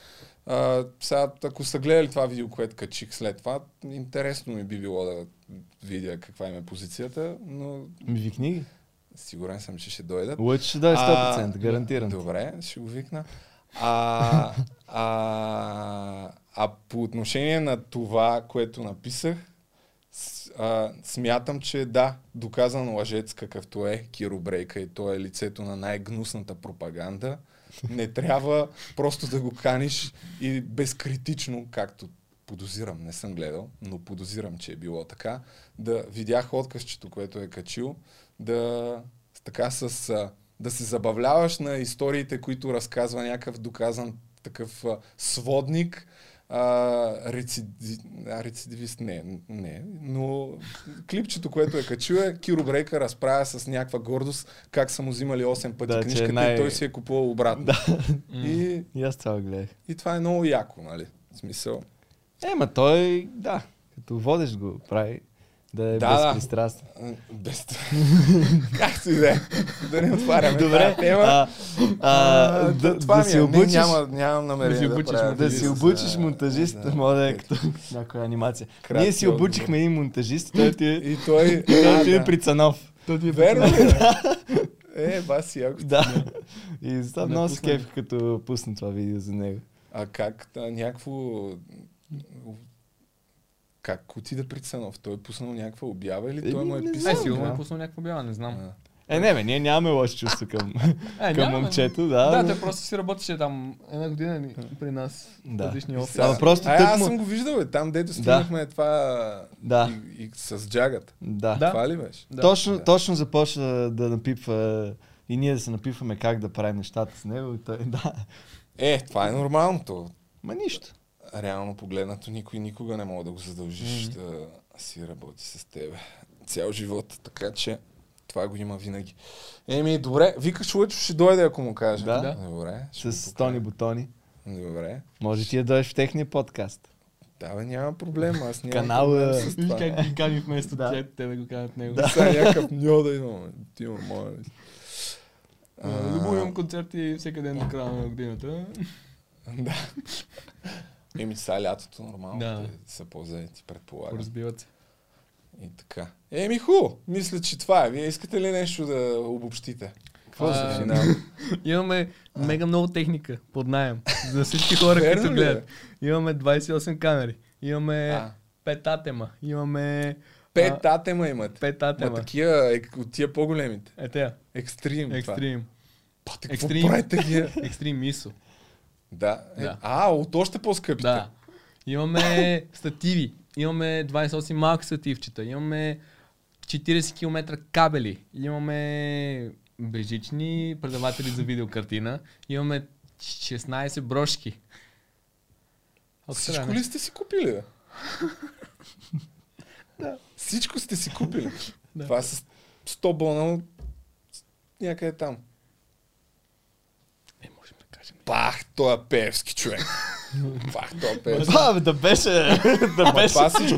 А, сега, ако са гледали това видео, което качих след това, интересно ми би било да видя каква им е позицията, но
Ми викни ги.
сигурен съм, че ще дойдат.
Лъч ще дойде
А,
100%, гарантиран.
Добре, ще го викна. А, а, а по отношение на това, което написах, с, а, смятам, че да, доказан лъжец какъвто е Киро Брейка и то е лицето на най-гнусната пропаганда, не трябва просто да го каниш и безкритично, както подозирам, не съм гледал, но подозирам, че е било така, да видях откъсчето, което е качил, да с- така с, а, да се забавляваш на историите, които разказва някакъв доказан такъв а, сводник, а, рециди... а, рецидивист не, не, но клипчето, което е качил е, Киро Брейка разправя с някаква гордост как са му взимали 8 пъти
Да,
да,
че е
книжката най...
най-
и той си е купувал обратно. Да. И,
И аз това гледах.
и това е много яко, нали? В смисъл.
Ема Е, той, да, като водещ го прави, да е
Да, да.
безпристрастен.
а, Без... как си да е? Да не отваряме
Е, Добре,
тази тема.
а, а, да,
това
да
ми
си
е.
обучиш,
Не, няма, нямам намерение
да си
да,
обучиш
правя
да
монтажист.
си
видео с,
обучиш
а,
монтажист,
да.
може да е като някоя анимация.
Кратки
Ние си обучихме един монтажист, той ти е,
И той...
той ти
А,
е
да.
Прицанов.
Верно ли? е? Е, баси, яко.
Да. И затова много се
Напусна
кефих, като пусна това видео за него.
А как та, някакво... Как отида при Цанов? Той е пуснал някаква обява или той
Еми,
му е
не
писал?
Не,
знам,
сигурно
да.
е пуснал някаква бяла, не знам.
А,
Е, не, бе, ние нямаме лоши чувства към,
Е,
към
няма,
момчето,
Да,
да.
да,
но-
той просто си работеше там една година ни- при нас.
Да.
Различни офиси.
Ама просто
а, аз
тъкмо-
съм го виждал, бе, там дето стигнахме това
Да.
и, и, с джагата.
Да.
Да.
Това ли беше?
Да.
Точно,
Да.
точно започна да- да напипва и ние да се напипваме как да правим нещата с него. и Той, да.
Е, това е нормалното.
Ма нищо.
Реално погледнато никой никога не мога да го задължиш mm-hmm. да си работи с тебе цял живот, така че това го има винаги. Еми, добре, викаш Лъчо ще дойде, ако му кажа.
Да.
Да.
Добре. ще
С
му покажа.
Тони Бутони.
Добре.
Може ти да дойдеш в техния подкаст.
Да, бе, няма проблем, аз нямам
Канала.
проблем с
Виж
това.
как ги кани вместо
Да.
теб, те да го канат
е,
него.
Да. Сега някакъв ньо да имам. Ти имам моя. ли?
А, Любо имам концерти всеки ден до края на годината.
Да. Еми, сега лятото нормално
Да.
да. са по-заети, предполагам.
Разбиват се.
И така. Еми, хубаво. Мисля, че това е. Вие искате ли нещо да обобщите? Какво за
А,
финал?
Имаме мега много техника под найем за всички хора,
Верно
които
ли е?
гледат. Имаме 28 камери, имаме
А.
5 атема, имаме
Пет атема имат.
5
Ма
атема.
такива, е, от тия по-големите.
Е, те,
Екстрим. Екстрим.
екстрим,
Пате, какво
Екстрим.
правите вие?
екстрим ISO.
Да. Е,
Да.
А, от още по-скъпите.
Да. Имаме стативи, имаме 28 малки стативчета, имаме 40 км кабели, имаме бежични предаватели за видеокартина, имаме 16 брошки.
Всичко ли сте си купили, бе? да. Всичко сте си купили.
Да.
Това с 100 бона от- някъде там.
Не можем да кажем.
Пах, той е певски човек. Пах, той е певски.
Да, бе, да беше. Да
Ама
беше.
това всичко,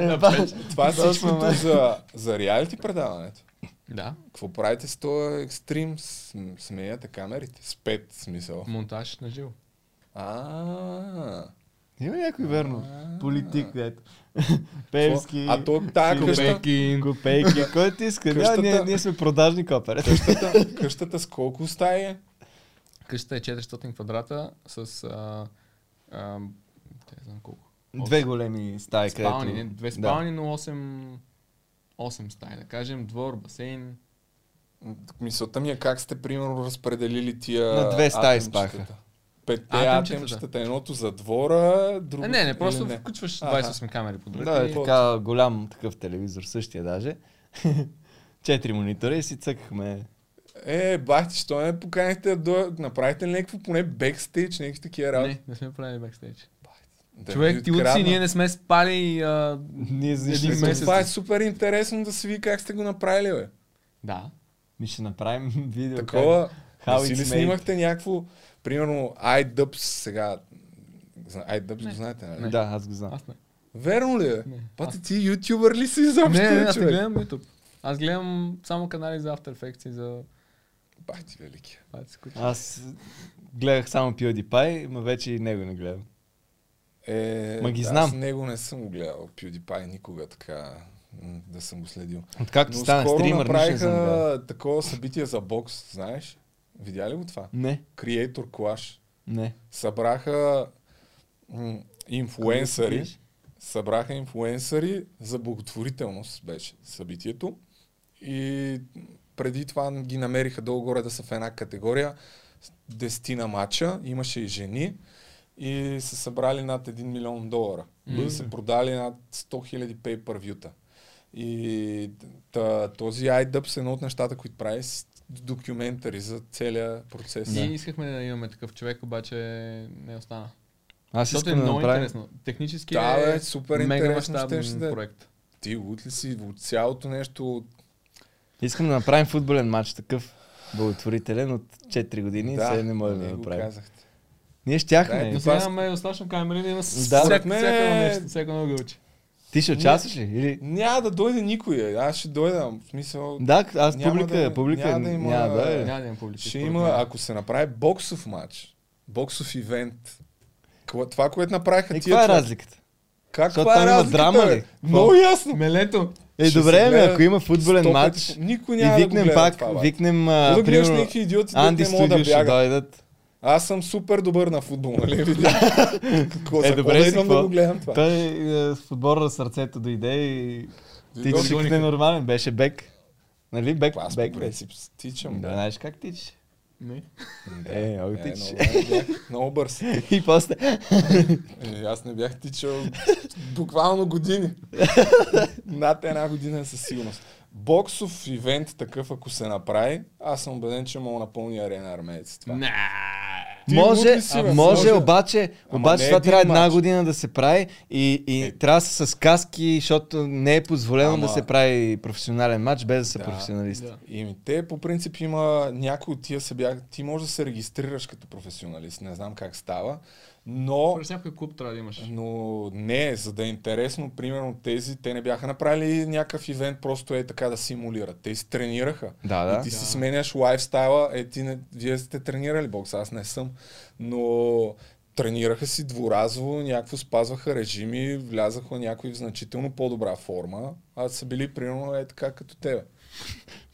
Е, ба.
това
Да,
всичкото
сме, бе.
за, за реалити предаването.
Да.
Какво правите с този екстрим? См- Смеята камерите. С пет смисъл.
Монтаж на живо.
А,
Има някой верно. Политик, дето. Певски.
А то тая къща,
Кубейки.
Копейки, който иска. Няма,
Къщата-
ние, ние сме продажни копера.
къщата, къщата с колко стаи е?
Къщата е 400 квадрата с... А, а, не знам колко.
Две големи стаи,
Спални, не,
където...
две спални, но 8, 8 стаи, да кажем. Двор, басейн.
Мисълта ми е как сте, примерно, разпределили тия
На две стаи
атомчетата.
спаха.
Петте
Атомчетата.
атемчетата. Едното за двора,
Не,
другото...
Е, не, не, просто
или
включваш
Аха.
28 камери по
Да,
друг.
да е
и-
така голям такъв телевизор, същия даже. Четири монитора и си цъкахме.
Е, бахте, що не поканихте да дойдат- направите ли някакво поне бекстейдж, някакви такива работи?
Не, не сме правили бекстейдж.
Да ви
Човек, ти
откраднат.
утси, ние не сме спали. А...
Ние за нищо
Един
не сме-
месец.
Това е супер интересно да се види как сте го направили, бе.
Да.
Ми ще направим видео. как-
Такова,
Е, How
не си
it's
ли
made.
снимахте някакво, примерно, iDubbbz сега, Зна- iDubbbz го знаете, нали?
Да, аз го знам.
Аз не.
Верно ли е?
Не.
Пати ти ютубър ли си изобщо,
не, не,
бе,
аз не
човек?
гледам YouTube. Аз гледам само канали за After Effects и за
Бах ти велики.
паци, които...
Аз гледах само PewDiePie, ма вече и него не гледам.
Е,
Ма ги
да,
знам.
Аз него не съм го гледал, PewDiePie, никога така м, да съм го следил.
Откакто
Но
стана
скоро
стример, нищо не съм гледал.
направиха такова събитие за бокс, знаеш? Видя ли го това?
Не,
Creator Clash.
не.
Събраха м,
е
инфлуенсъри.
Виж,
събраха инфлуенсъри за благотворителност беше събитието. И преди това ги намериха долу-горе да са в една категория. Десетина мача, имаше и жени и са събрали над 1 милион долара.
Мгм.
И са продали над 100 хиляди пейпървюта. И та, този iDubbbz е едно от нещата, които прави с документари за целия процес.
Ние искахме да имаме такъв човек, обаче не остана.
Аз
Защото е
искам да
много
направя...
интересно. Технически
Да,
е
бе, супер
мега
интересно
мащабен
щеше да е.
проект.
Ти лут ли си от цялото нещо, от
Искам да направим футболен матч такъв благотворителен от 4 години да, се не можем да
нали го
направим.
казахте.
Ние
Да,
щяхме.
е,
Но сега имаме достатъчно камери да има с-
Да.
всяко,
Според мен
всяко едно
е-
нещо, всяко едно гълче.
Ти ще участваш ли? Или...
Няма да дойде никой, е. аз ще дойда. В смисъл,
Да, аз
Няма
публика,
да-
публика
няма да има-
няма да е.
Няма да има публика.
ще
според
има,
мен.
ако се направи боксов матч, боксов ивент, кво- това, което направиха
Е,
тия...
каква е
това-
разликата?
Как
Защото
това е
там има
разликата,
драма
бе?
ли?
Много ясно.
Мелето!
Е,
Ще
добре,
се
ме,
гледа
ако има футболен
Сто пъти
матч
по- Никой
и
няма да го
викнем
гледа
пак,
това, бе.
викнем,
Ако
а,
да гледаш
примерно,
някакви идиоти,
Анди
Анди не могат
Студио
да
ще
бягат.
дойдат.
Аз съм супер добър на футбол, нали? Видя. Какво,
Е,
за
добре
какво да
си,
идвам
какво?
да го гледам това?
Той е, с подбора на сърцето дойде и ти
Дойде.
не нормален, беше бек. Нали, бек,
Аз по
бек, бе.
принцип тичам.
Да,
Да.
знаеш как тичаш?
Не.
Е, много
Е,
тичаш.
много бях- Много бърз.
И после,
Е, Аз не бях тичал буквално години. Над една година е със сигурност. Боксов ивент такъв, ако се направи, аз съм убеден, че мога напълни арена армеец. Това.
Не.
Ти луд
може,
ли си, бе?
може, обаче,
Ама
обаче
не
това
един
трябва една
мач.
година да се прави и, и
Е.
трябва да са с каски, защото не е позволено
Ама-
да се прави професионален матч без да са
Да,
професионалисти.
да.
И ми, те по принцип има някои от тия се бяха. Ти можеш да се регистрираш като професионалист, не знам как става, но,
През някой клуб трябва да имаш.
но не, за да е интересно, примерно тези, те не бяха направили някакъв ивент, просто е така да симулират. Те си тренираха.
Да,
Да?
да.
И ти да.
Да.
си сменяш лайфстайла. Е, ти не, вие сте тренирали бокс, аз не съм. Но тренираха си дворазово, някакво спазваха режими, влязаха някои в значително по-добра форма, а са били примерно е така като тебе.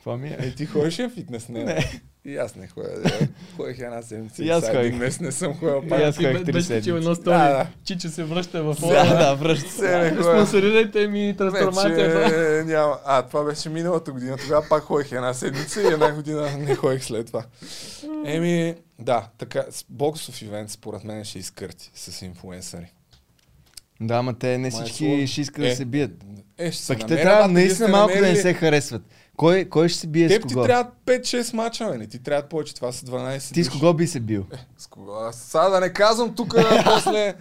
Това ми е.
Е, ти ходиш ли на фитнес, не? не. И аз не ходя. е. Ходих една седмица.
И
И
аз
аз
ходих.
един месец не съм ходил
И
пак.
аз
Ти
ходих
бе-
три
беше качил
седмици.
едно стори.
Да, да.
Чичо се връща в
Да,
ора.
да, връща се.
Се не ходя.
Спонсорирайте ми трансформацията.
Вече няма. А, това беше миналата година. Тогава пак ходих една седмица и една година не ходих след това. Еми, да, така, с- боксов ивент според мен ще изкърти с инфуенсъри.
Да, ама те не
Ма е
всички
сложно.
ще искат да
Е.
се бият.
Е, ще се
Пък те
намерят,
трябва
а, вие сте
наистина малко да не
намерили-
се харесват. Кой, кой ще се бие с
Теб ти
кого?
трябва 5-6 мача, бе, не ти трябва повече, това са 12
Ти с
души.
кого би се бил?
С кого? Аз Сега да не казвам тук, а после...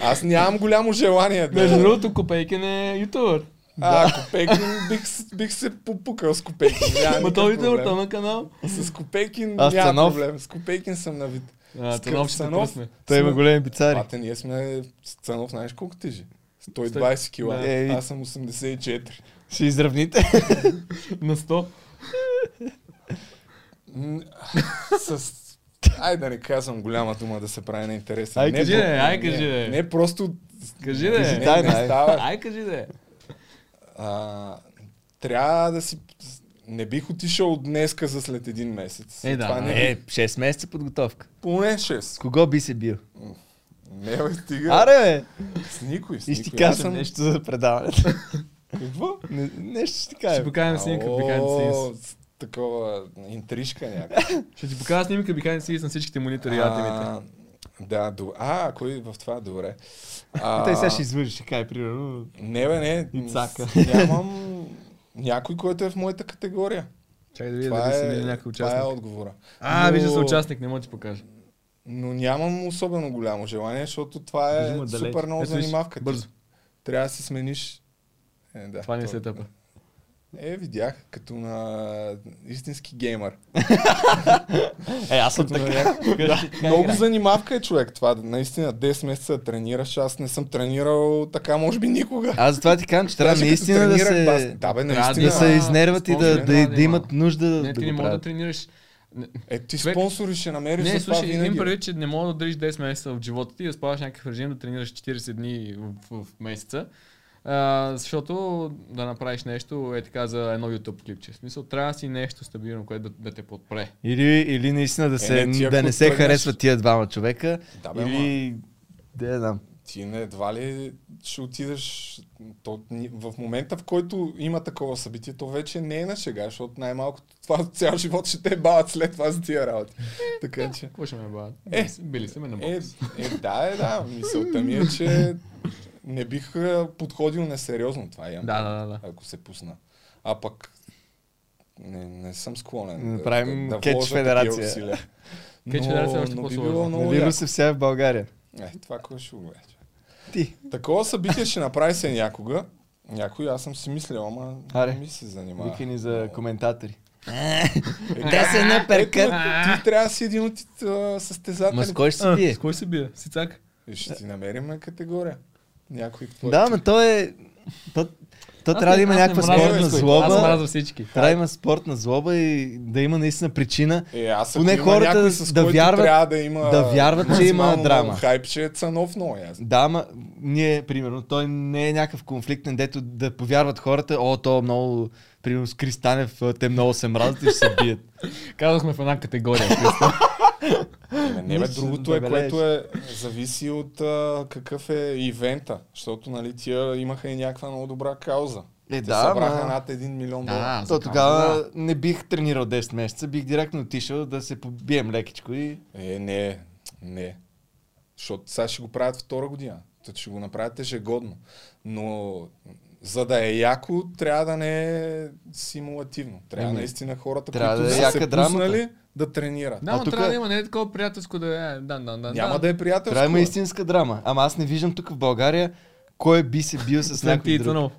Аз нямам голямо желание да...
Между другото, Копейкин е ютубър.
А, Копейкин бих, с- бих се попукал с Копейкин. няма
Ма
никакъв
той ютубър,
проблем.
той има канал.
С Копейкин
Аз
няма
Цанов.
проблем. С Копейкин съм на вид.
А,
С
Цанов ще се
Цанов.
пръсне.
Той има
Сме-
големи бицари.
Пате, ние сме с Цанов, знаеш колко тежи. 120 кила.
Да. Е, и-
Аз съм 84.
Ще изравните.
На 100.
М, С... Ай да не казвам голяма дума да се прави на интересен.
Ай,
Не,
кажи
бро,
де, ай,
не,
кажи де.
Не, просто...
Кажи де.
Не,
Кажи,
не,
дай,
не
дай.
става.
Ай, кажи да е.
А, трябва да си... Не бих отишъл днеска за след един месец.
Е, да.
Това не...
Е, 6 месеца подготовка.
Поне
С
6.
кого би се бил?
Не, бе, стига.
Аре, бе!
С Е. никой. С
И ще ти
никой.
кажа
Аз съм-
нещо за предаването.
Какво?
Не- нещо ще ти
Ще
кажа.
покажем снимка behind the
О,
scenes.
Е, с- Такова интрижка някаква.
Ще ти покажа снимка behind the scenes на всичките монитори и атомите.
А, Да, до... А, кой в това? Добре. А,
Той сега ще излъжи, ще каже, примерно.
Не, бе, не.
И цака.
Нямам някой, който е в моята категория.
Чакай да видя
Това,
дали са
е,
били някакви
това е
участник.
отговора.
А,
Но-
вижда се участник, не мога да ти покажа.
Но нямам особено голямо желание, защото това
Кажи
е
му далеч.
супер много
Ето виж,
занимавка. ти.
Бързо.
Трябва да си смениш. Е, да,
Това не е
то-
сетъпа.
Е, видях, като на истински геймър.
Е, аз съм така.
Много занимавка е човек това. Наистина 10 месеца да тренираш. Аз не съм тренирал така, може би никога.
Аз затова ти казвам, че трябва
Даже като
наистина да
тренирах бас-
се...
Да, бе,
да
наистина.
Да се
има
изнерват и да,
спонсори,
да,
да,
да
да
имат
има.
нужда да,
Не,
да
ти
го
не мога да
правят.
тренираш. Не,
Е, ти
Човек-
спонсори ще намериш
Не,
за това
слушай, имам
винаги.
предвид, че не мога да държиш 10 месеца в живота ти, да спаваш някакъв режим, да тренираш 40 дни в, в месеца. А, защото да направиш нещо е така за едно YouTube клипче. В смисъл, трябва да си нещо стабилно, което да, да те подпре.
Или, или наистина да, се,
Е, не, ти
да
ако
не се
тръгнеш-
харесват тия двама човека.
Да, бе,
или... Да, я знам.
Ти не едва ли ще отидеш то, ни- в момента, в който има такова събитие, то вече не е на шега, защото най-малкото това цял живот ще те бават след това за тия работи. Така че...
Какво ще ме бавят?
Е,
Е, били сме на
Е,
бокс.
е, да, е, да. Мисълта ми е, че не бих а, подходил несериозно това имам.
Да, да, да, да.
Ако се пусна. А пък не, не съм склонен.
Да направим кетч
вложа
федерация.
такива усилия.
Кетч
Но-
федерация е още
но би
по-сложно.
било много
Нали
яко.
Русев сега е в България?
Е, това кой ще го вече.
Ти.
Такова събитие ще направи се някога. Някой, аз съм си мислил, ама
Аре.
не ми се занимава.
Вика ни за коментатори.
Е,
Да се
Ето,
напъркат.
ти трябва да си един от а,
Ма с
състезателите.
кой ще си бие?
с кой се бие? С Ицак?
И Е, Ще ти намерим категория. Някой твой.
Да, но то е... То, то трябва да има някаква спортна
Аз
злоба.
мразя всички.
Трябва да има спортна злоба и да има наистина причина.
Е, аз
Поне
ако има
хората
някой, с
да
който
вярват-
трябва да има
да вярват, че има
максимално
драма.
много Хайп, че е цанов много ясно.
Да, ама ние, примерно, той не е някакъв конфликтен, дето да повярват хората, о, то е много, примерно с Кристанев, те много се мразят и ще се бият.
Казахме в една категория. Христо.
Не, не бе,
Нищо
другото е,
да
което е, зависи от а, какъв е ивента, защото нали, тия имаха и някаква много добра кауза.
Е,
Те
да,
събраха
ама-
над 1 милион долара.
Да, за
То
кауза,
тогава
да.
не бих тренирал 10 месеца, бих директно отишъл да се побием лекичко и...
Е, не, не. Защото сега ще го правят втора година. Та ще го направят ежегодно. Но за да е яко, трябва да не е симулативно. Трябва
Еми,
наистина хората,
Ами, трябва
които
да е
са
яка
се
драмата.
пуснали, да тренират.
Да,
А
но
тука-
трябва да има не такова приятелско да е. Да, да, да.
Няма да е приятелско.
Трябва е- да има
бе.
истинска драма. Ама аз не виждам тук в България кой би се бил с
След ти
някой
и
друг.
Цунов.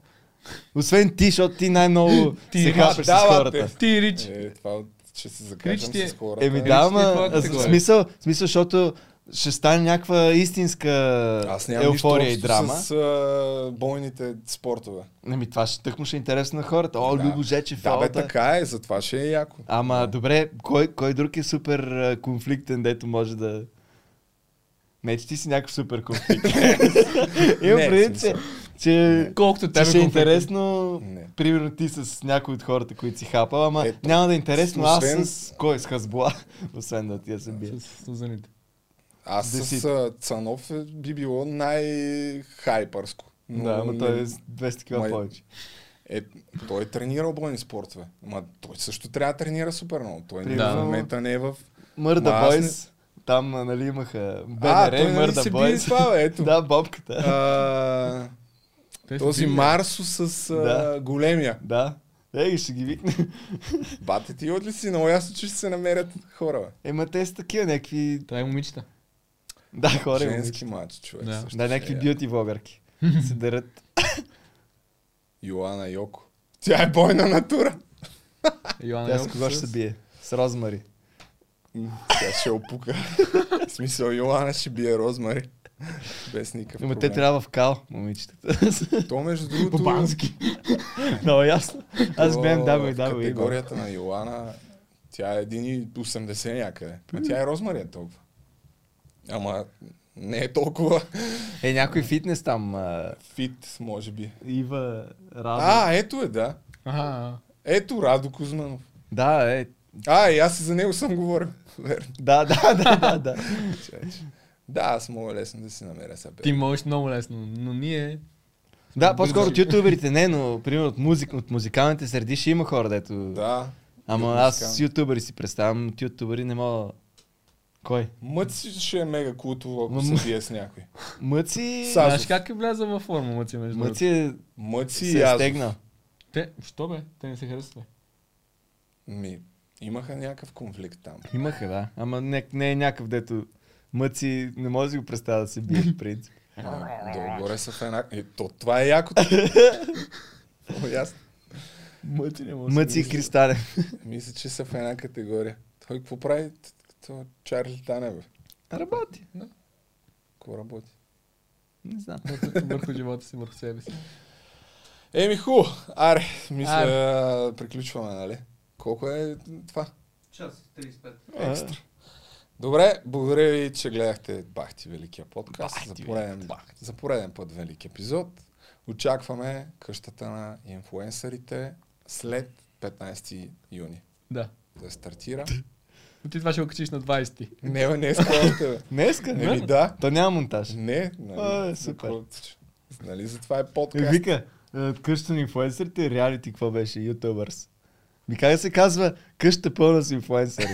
Освен ти, защото ти най-много
Ти
се хапеш с
давате.
хората.
Ти, Рич.
Е, това, че се закачам
Кричите.
с хората.
Еми
Лично
да,
е
ама
твоя
а, в
категория.
смисъл, в смисъл, защото ще стане някаква истинска
Аз нямам
еуфория и
нищо
драма.
общо с а, бойните спортове.
Ами това ще тъкмо ще е интересно на хората. О,
Да.
Любо Жечев,
Да, бе,
алта.
така е, затова ще е яко.
Ама добре, кой, кой друг е супер а, конфликтен, дето може да... Не, че ти си някакъв супер конфликт. Имам
Не,
предвид, че,
смисъл.
че,
Колкото
че
тебе
ще е
конфликт.
интересно,
Не.
примерно ти с някои от хората, които си хапал, ама
Ето.
няма да е интересно
Освен-
аз с кой с Хазбула, освен да ти я се бия.
С сузаните.
Аз с
Десет.
а, Цанов е- би било най-хайпърско. Но
Да, ама
не-
той е с 200 кг
Май-
повече.
Е, той е тренирал бойни спортове. Ма той също трябва да тренира супер много. Той не,
Да.
в момента не е в...
Мърда
Ма аз не-
Бойс, там а, нали имаха
а, той
БНР,
нали
Мърда
се бие с
Бойс.
това, бе, ето.
Да, бобката.
А,
Те са
този
били.
Марсо с а,
Да.
големия.
Да. Ей, ще ги викне.
Бате ти от ли си? Много ясно, че ще се намерят хора, бе.
Ема те са такива някакви...
Това е момичета.
Да, хора. имам.
Женски матч, човек.
Да.
също
Да,
ще
някакви
е.
бюти блогърки. Се дерат.
Йоана Йоко. Тя е бойна натура.
Йоанна
Тя с
Йонков
кого ще се бие? С Розмари.
М, Тя ще опука. В смисъл, Йоана ще бие Розмари. Без никакъв
Ама
проблем.
Ами, те трябва в кал, момичетата.
То между другото...
Много ясно. Аз
то
гледам
в
WWE. бе.
Категорията на Йоана, тя е 1,80 някъде. Ма тя е Розмари е толкова. Ама не е толкова
Е, някой фитнес там. а,
фит, може би.
Ива Радо.
А, ето е, да.
Аха.
Ето Радо Кузманов.
Да, е.
А, и аз и за него съм говорил. Верно.
Да, да, да, да, да.
Чай, че. Да, аз мога лесно да си намеря сега.
Ти можеш много лесно, но ние...
Да, по-скоро от ютуберите не, но примерно от, музик, от музикалните среди ще има хора, дето...
Да.
Ама
от
аз с
музикални.
ютубери си представям, от ютубери не мога... Кой?
Мъци ще е мега култово, ако
М-
се бие с някой.
Мъци...
Са- Тазов.
Знаеш как е вляза във форма, мъци между другото?
Мъци е...
Мъци и
се е
аз.
стегнал.
Те, що бе? Те не се харесват.
Ми, имаха някакъв конфликт там.
Имаха, да. Ама не, не е някакъв, дето... Мъци не може да си го представя да се бие, в принцип.
А, Долу-горе са в една... Е, то, това е якото. О, ясно.
Мъци не може.
Мъци и Кристале.
Мисля, че са в една категория. Той какво прави? Т- То Чарли Тане, бе.
Работи.
Какво работи?
Не знам.
Върху живота си, върху себе си.
Еми ху, аре, мисля, приключваме, нали? Колко е това?
Час и 35.
Екстра. Добре, благодаря ви, че гледахте Бахти Великия подкаст.
Бах ти,
за, пореден, за пореден път велик епизод. Очакваме къщата на инфуенсърите след 15 юни.
Да.
Да стартира.
Но ти това ще го качиш на 20-ти.
не, бе, не е скоро бе.
Днеска,
Еми
не?
да.
То няма монтаж.
Не, нали,
А, е,
за
супер.
какво- Нали, затова е подкаст.
Вика, е, къща на инфлуенсърите, реалити, какво беше? Ютубърс. Ми как се казва къща пълна с инфлуенсъри?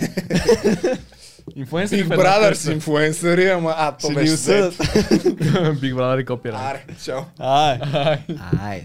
Инфуенсър
Big Brother с инфуенсъри, ама а, то
Ще ни
беше
осъдат.
след.
е Big Brother и копира.
Аре, чао.
Ай. Ай.